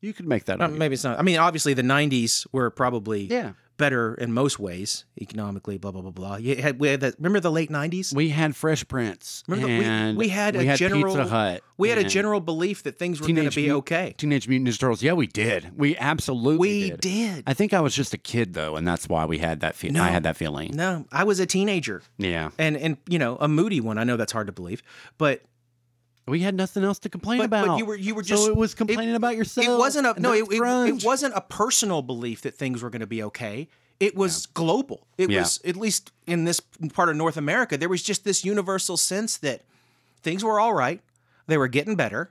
S2: You could make that
S1: Uh,
S2: up.
S1: maybe it's not. I mean, obviously, the '90s were probably
S2: Yeah.
S1: better in most ways, economically, blah blah blah blah. You had, we had that. Remember the late '90s?
S2: We had Fresh Prince.
S1: Remember that we-
S2: and
S1: we had a general-
S2: Pizza Hut.
S1: We had a
S2: and
S1: general belief that things were going to
S2: Teenage
S1: be
S2: Mut-
S1: okay.
S2: Teenage Mutant Ninja Turtles. Yeah, we did. We absolutely
S1: We
S2: did.
S1: did.
S2: I think I was just a kid though, and that's why we had that feeling.
S1: No.
S2: I had that feeling.
S1: No, I was a teenager,
S2: Yeah.
S1: and and you know, a moody one. I know that's hard to believe, but
S2: We had nothing else to complain
S1: but,
S2: about.
S1: but you were you were just
S2: so it was complaining about yourself.
S1: it wasn't a
S2: and
S1: no it,
S2: that's
S1: it, it
S2: grunge.
S1: wasn't a personal belief that things were going to be okay it was global it
S2: Yeah.
S1: was at least in this part of north america there was just this universal sense that things were all right they were getting better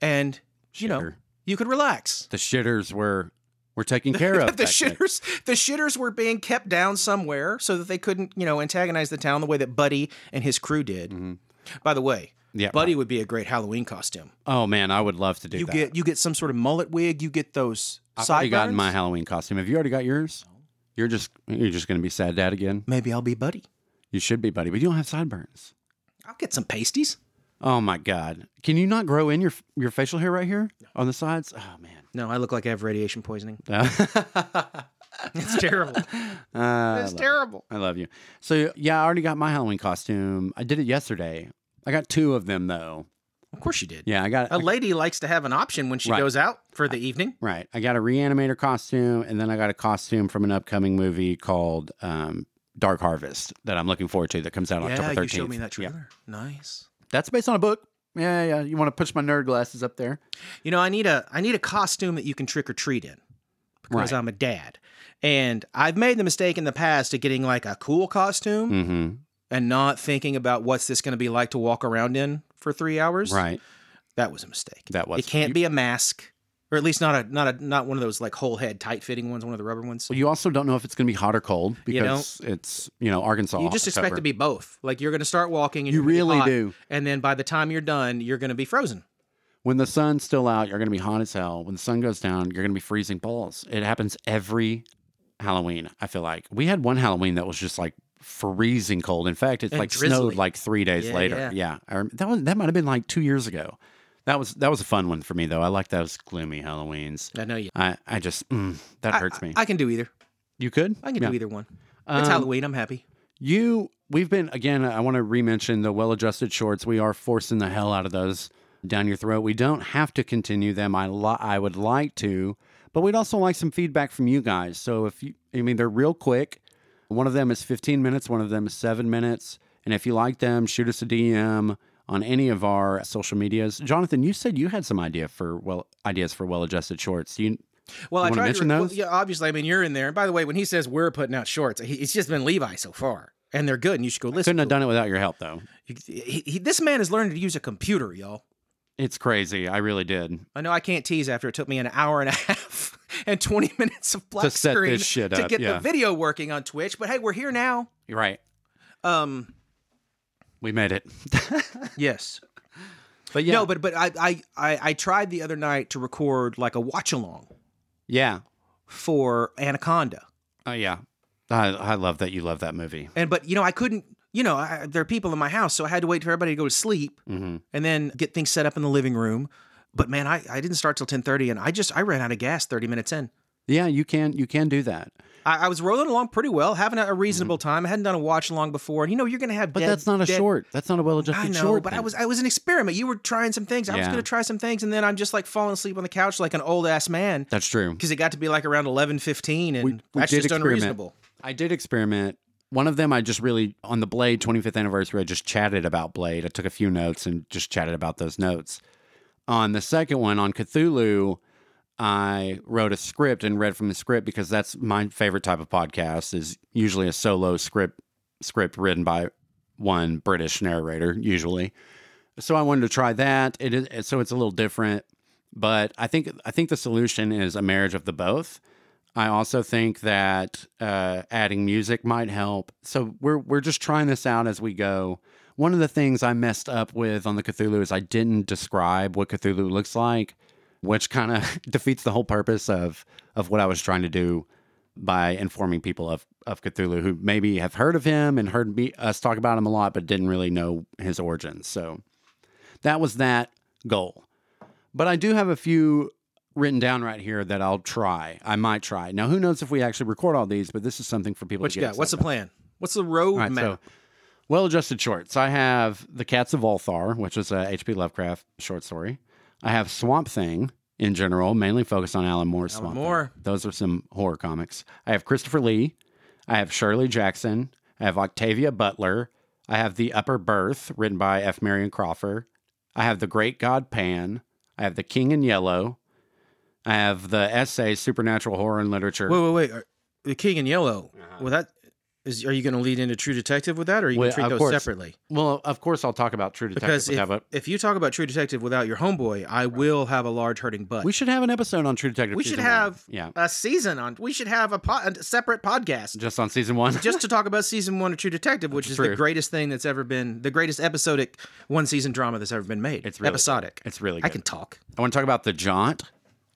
S1: and you know
S2: Shitter.
S1: you could relax
S2: the shitters were were
S1: [laughs]
S2: taken care of.
S1: the
S2: back then.
S1: shitters the shitters were being kept down somewhere so that they couldn't you know antagonize the town the way that buddy and his crew did by the way
S2: Mm-hmm. Yeah.
S1: buddy would be a great halloween costume
S2: Oh man, I would love to do
S1: you
S2: that.
S1: get you get some sort of mullet wig you get those
S2: I've already
S1: sideburns
S2: gotten my Halloween costume. Have you already got yours? You're just you're just gonna be sad dad again.
S1: Maybe I'll be Buddy.
S2: You should be, buddy, but you don't have sideburns.
S1: I'll get some pasties.
S2: Oh my god, can you not grow in your your facial hair right here on the sides? Oh
S1: [laughs]
S2: man, Uh,
S1: No, I look like I have radiation poisoning. [laughs]
S2: [laughs] it's
S1: terrible.
S2: it's
S1: terrible.
S2: I love you. So yeah, I already got my Halloween costume. I did it yesterday. I got two of them though.
S1: Of course you did.
S2: Yeah, I got
S1: A lady likes to have an option when she
S2: Right.
S1: goes out for the evening.
S2: Right. I got a reanimator costume, and then I got a costume from an upcoming movie called um, Dark Harvest that I'm looking forward to that comes out October 13th. Yeah.
S1: Nice.
S2: That's based on a book. Yeah, yeah. You want to push my nerd glasses up there?
S1: You know, I need a I need a costume that you can trick or treat in because
S2: Right.
S1: I'm a dad. And I've made the mistake in the past of getting like a cool costume
S2: Mm-hmm.
S1: and not thinking about what's this going to be like to walk around in for 3 hours.
S2: Right.
S1: That was a mistake.
S2: That was.
S1: it can't be a mask or at least not a not a not one of those like whole head tight fitting ones, one of the rubber ones.
S2: Well, you also don't know if it's going to be hot or cold
S1: You know-
S2: because it's you know Arkansas.
S1: You just expect
S2: cover.
S1: to be both. Like you're going to start walking, and
S2: You
S1: you're gonna be
S2: really
S1: hot,
S2: do.
S1: And then by the time you're done, you're going to be frozen.
S2: When the sun's still out, you're going to be hot as hell. When the sun goes down, you're going to be freezing balls. It happens every Halloween, I feel like. We had one Halloween that was just like freezing cold. In fact, it's
S1: And
S2: like
S1: drizzly.
S2: snowed like 3 days
S1: Yeah,
S2: later.
S1: yeah.
S2: Yeah. I rem- that was that might have been like 2 years ago. That was that was a fun one for me though. I like those gloomy Halloweens.
S1: I know you.
S2: I I just mm, that hurts me.
S1: I, I can do either.
S2: You could.
S1: I can
S2: Yeah.
S1: do either one.
S2: Um,
S1: It's Halloween. I'm happy.
S2: You, we've been again. I want to re-mention the well-adjusted shorts. We are forcing the hell out of those down your throat. We don't have to continue them. I li- I would like to, but we'd also like some feedback from you guys. So if you, I mean, they're real quick. One of them is 15 minutes. One of them is seven minutes. And if you like them, shoot us a DM on any of our social medias. Jonathan, you said you had some idea for well ideas for well-adjusted shorts. You
S1: Well, I
S2: wanna
S1: tried
S2: mention
S1: to. well,
S2: those?
S1: yeah, obviously. I mean, you're in there. And by the way, when he says we're putting out shorts, he, it's just been Levi so far, and they're good. And you should go listen.
S2: couldn't have done it without your help, though.
S1: He- he- he- this man has learned to use a computer, y'all.
S2: It's crazy. I really did.
S1: I know I can't tease after it took me an hour and a [laughs] half and 20 minutes of black
S2: To set
S1: screen
S2: this shit
S1: to
S2: up,
S1: get
S2: yeah.
S1: the video working on Twitch, but hey, we're here now.
S2: You're right.
S1: Um,
S2: We made it. [laughs]
S1: yes.
S2: But yeah,
S1: No, but but I, I I I tried the other night to record like a watch along
S2: yeah,
S1: for Anaconda.
S2: oh yeah. I, I love that you love that movie.
S1: And but you know, I couldn't, you know, I, there are people in my house, so I had to wait for everybody to go to sleep
S2: Mm-hmm.
S1: and then get things set up in the living room. But man, I, I didn't start till 10:30 and I just I ran out of gas 30 minutes in.
S2: Yeah, you can you can do that,
S1: I, I was rolling along pretty well, having a, a reasonable time. I hadn't done a watch along before, and you know you're going to have.
S2: Mm-hmm. but
S1: dead-
S2: that's not a
S1: dead-
S2: short. That's not a well-adjusted
S1: I know,
S2: short.
S1: but I
S2: then.
S1: was I was an experiment. You were trying some things. I was
S2: Yeah.
S1: going to try some things, and then I'm just like falling asleep on the couch like an old ass man
S2: That's true.
S1: because it got to be like around 11:15, and
S2: We- we
S1: that's
S2: did
S1: just
S2: experiment.
S1: unreasonable.
S2: I did experiment. One of them, I just really on the Blade 25th anniversary, I just chatted about Blade. I took a few notes and just chatted about those notes. On the second one, on Cthulhu, I wrote a script and read from the script because that's my favorite type of podcast. Is usually a solo script script written by one British narrator usually. So I wanted to try that. It is so it's a little different, but I think I think the solution is a marriage of the both. I also think that uh, adding music might help. So we're we're just trying this out as we go. One of the things I messed up with on the Cthulhu is I didn't describe what Cthulhu looks like, which kind of [laughs] defeats the whole purpose of of what I was trying to do by informing people of of Cthulhu who maybe have heard of him and heard me, us talk about him a lot, but didn't really know his origins. So that was that goal. But I do have a few written down right here that I'll try. I might try. Now, who knows if we actually record all these, but this is something for people
S1: What
S2: to
S1: you
S2: get
S1: got? What's the
S2: excited
S1: plan? What's the road
S2: about. All right,
S1: map?
S2: so, well adjusted shorts. I have The Cats of Ulthar, which is a H.P. Lovecraft short story. I have Swamp Thing in general, mainly focused on Alan Moore's
S1: Alan
S2: Swamp Thing.
S1: Moore.
S2: Those are some horror comics. I have Christopher Lee. I have Shirley Jackson. I have Octavia Butler. I have The Upper Berth, written by F. Marion Crawford. I have The Great God Pan. I have The King in Yellow. I have the essay Supernatural Horror and Literature.
S1: Wait, wait, wait. Are- The King in Yellow. Well, that is. Are you going to lead into True Detective with that, or are you going
S2: Uh-huh.
S1: to
S2: Well,
S1: treat
S2: of
S1: those
S2: course.
S1: separately?
S2: Well, of course, I'll talk about True Detective.
S1: Because
S2: with
S1: if,
S2: that, but
S1: if you talk about True Detective without your homeboy, I will have a large hurting butt.
S2: we should have an episode on True Detective.
S1: We should
S2: season one.
S1: have-
S2: yeah,
S1: a season on. We should have a, po- a separate podcast
S2: just on season one.
S1: just to talk about season one of True Detective, which is
S2: True.
S1: the greatest thing that's ever been, the greatest episodic one season drama that's ever been made.
S2: It's really good.
S1: episodic.
S2: [laughs] it's really good.
S1: I
S2: I,
S1: can talk.
S2: want to talk about the Jaunt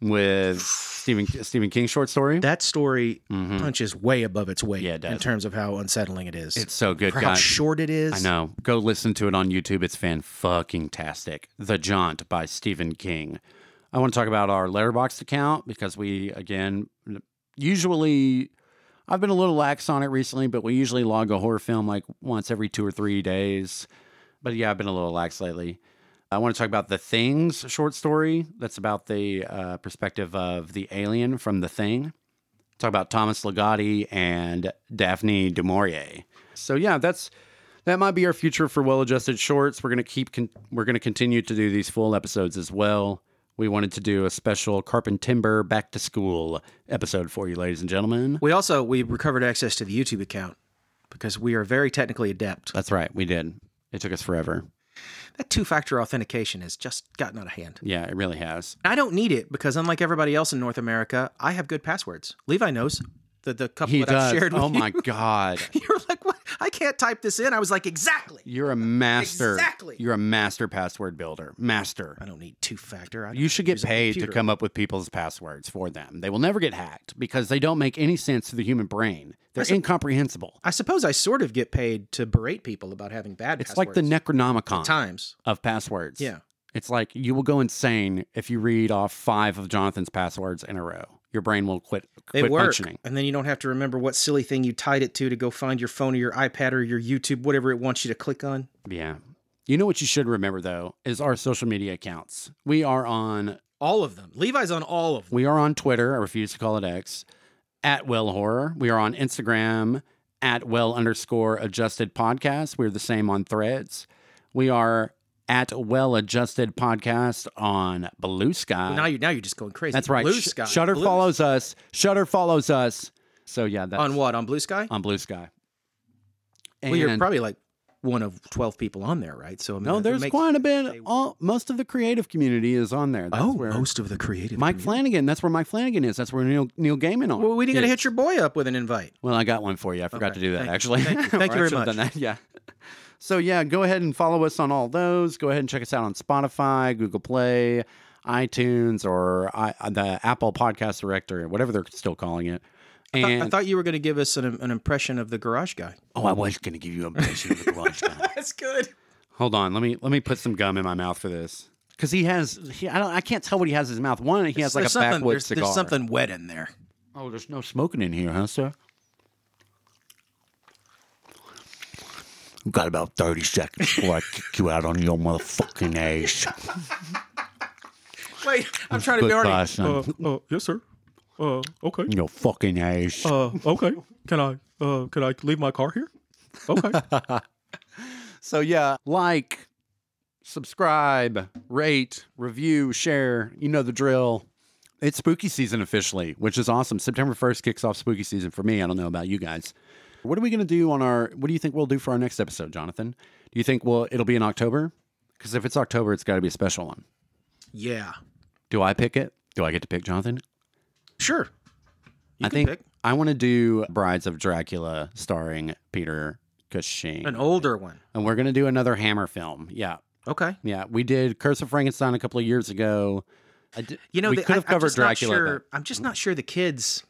S2: with Stephen Stephen King short story. Mm-hmm.
S1: That story punches way above its weight
S2: Mm. Yeah, it
S1: in
S2: does.
S1: terms of how unsettling it is,
S2: it's so good,
S1: for how
S2: guys.
S1: short it is.
S2: I know. Go listen to it on YouTube. It's fan fucking tastic. The Jaunt by Stephen King. I want to talk about our letterboxed account because we again usually I've been a little lax on it recently, but we usually log a horror film like once every two or three days. But yeah, I've been a little lax lately. I want to talk about the Things short story. That's about the uh, perspective of the alien from the Thing. Talk about Thomas Ligotti and Daphne du Maurier. So yeah, that's that might be our future for well-adjusted shorts. We're gonna keep con- we're gonna continue to do these full episodes as well. We wanted to do a special Carp and Timber Back to School episode for you, ladies and gentlemen.
S1: We also we recovered access to the YouTube account because we are very technically adept.
S2: That's right, we did. It took us forever.
S1: That two-factor authentication has just gotten out of hand.
S2: Yeah, it really has.
S1: I don't need it because unlike everybody else in North America, I have good passwords. Levi knows the the couple
S2: He
S1: that
S2: does.
S1: I've shared with
S2: oh
S1: you. [laughs]
S2: my god,
S1: You're like, what? I can't type this in. I was like, exactly.
S2: you're a master.
S1: Exactly.
S2: You're a master password builder. Master.
S1: I don't need two-factor. I
S2: You should get
S1: use a
S2: paid to
S1: computer.
S2: come up with people's passwords for them. They will never get hacked because they don't make any sense to the human brain. They're incomprehensible.
S1: I suppose I sort of get paid to berate people about having bad.
S2: It's like the Necronomicon.
S1: times.
S2: of passwords.
S1: Yeah.
S2: It's like you will go insane if you read off five of Jonathan's passwords in a row. your brain will quit,
S1: They
S2: quit
S1: work,
S2: functioning.
S1: and then you don't have to remember what silly thing you tied it to to go find your phone or your iPad or your YouTube, whatever it wants you to click on.
S2: Yeah. You know what you should remember though is our social media accounts. We are on
S1: All of them. Levi's on all of them.
S2: we are on Twitter. I refuse to call it X. At Well Horror. We are on Instagram at Well underscore Adjusted Podcast. We're the same on Threads. We are at Well Adjusted Podcast on Blue Sky.
S1: now you now you're just going crazy.
S2: that's right.
S1: Blue
S2: Sh-
S1: Sky.
S2: Shutter
S1: Blue-
S2: follows us. Shutter follows us. So yeah, that's
S1: on what? On Blue Sky?
S2: on Blue Sky.
S1: well, you're
S2: And-
S1: probably like one of twelve people on there, right? So I mean,
S2: no,
S1: it
S2: there's
S1: makes-
S2: quite a bit. All, most of the creative community is on there. That's
S1: Oh,
S2: where
S1: most of the creative.
S2: Mike
S1: community.
S2: Flanagan. That's where Mike Flanagan is. That's where Neil Neil Gaiman are.
S1: Well, we didn't get to
S2: is.
S1: hit your boy up with an invite.
S2: Well, I got one for you. I forgot
S1: Okay.
S2: to do that
S1: Thank you.
S2: actually.
S1: Thank you.
S2: [laughs] Or
S1: Thank you
S2: I
S1: very
S2: should've
S1: much.
S2: Done that. Yeah. So yeah, go ahead and follow us on all those. Go ahead and check us out on Spotify, Google Play, iTunes, or I, the Apple Podcast Directory, whatever they're still calling it.
S1: I-
S2: And
S1: I thought you were going to give us an, an impression of the garage guy.
S2: oh, I was going to give you a mention of the garage guy.
S1: [laughs] That's good.
S2: [laughs] Hold on, let me let me put some gum in my mouth for this because he has he I don't I can't tell what he has in his mouth. One, he has like a backwoods
S1: there's,
S2: cigar.
S1: there's something wet in there.
S2: Oh, there's no smoking in here, huh, sir? We've got about 30 seconds before I kick you out on your motherfucking ass.
S1: Wait, [laughs] I'm trying to
S2: Good
S1: be
S2: bye,
S1: already. Oh.
S2: son.
S3: Uh, yes, sir. Uh, okay.
S2: Your fucking ass.
S3: Uh, okay. Can I, uh, can I leave my car here? Okay.
S2: So, yeah, like, subscribe, rate, review, share. You know the drill. It's spooky season officially, which is awesome. September 1st kicks off spooky season for me. I don't know about you guys. What are we going to do on our, what do you think we'll do for our next episode, Jonathan? Do you think well it'll be in October? Because if it's October, it's got to be a special one.
S1: Yeah,
S2: Do I pick it? Do I get to pick Jonathan?
S1: sure. You
S2: I
S1: can
S2: think
S1: pick
S2: I want to do Brides of Dracula starring Peter Cushing.
S1: an older one.
S2: And we're going to do another Hammer film. Yeah.
S1: Okay.
S2: Yeah. We did Curse of Frankenstein a couple of years ago. I did,
S1: You know,
S2: we
S1: the-
S2: could have
S1: I, I'm
S2: covered
S1: just not
S2: Dracula.
S1: sure-
S2: but-
S1: I'm just not sure the kids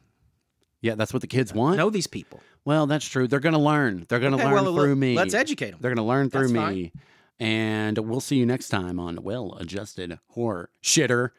S2: Yeah, that's what the kids want.
S1: know these people.
S2: Well, that's true. They're going to learn. They're going to
S1: Okay,
S2: learn
S1: well,
S2: through
S1: let-
S2: me.
S1: Let's educate them.
S2: They're going to learn through
S1: That's
S2: me. And we'll see you next time on Well Adjusted Horror Shitter.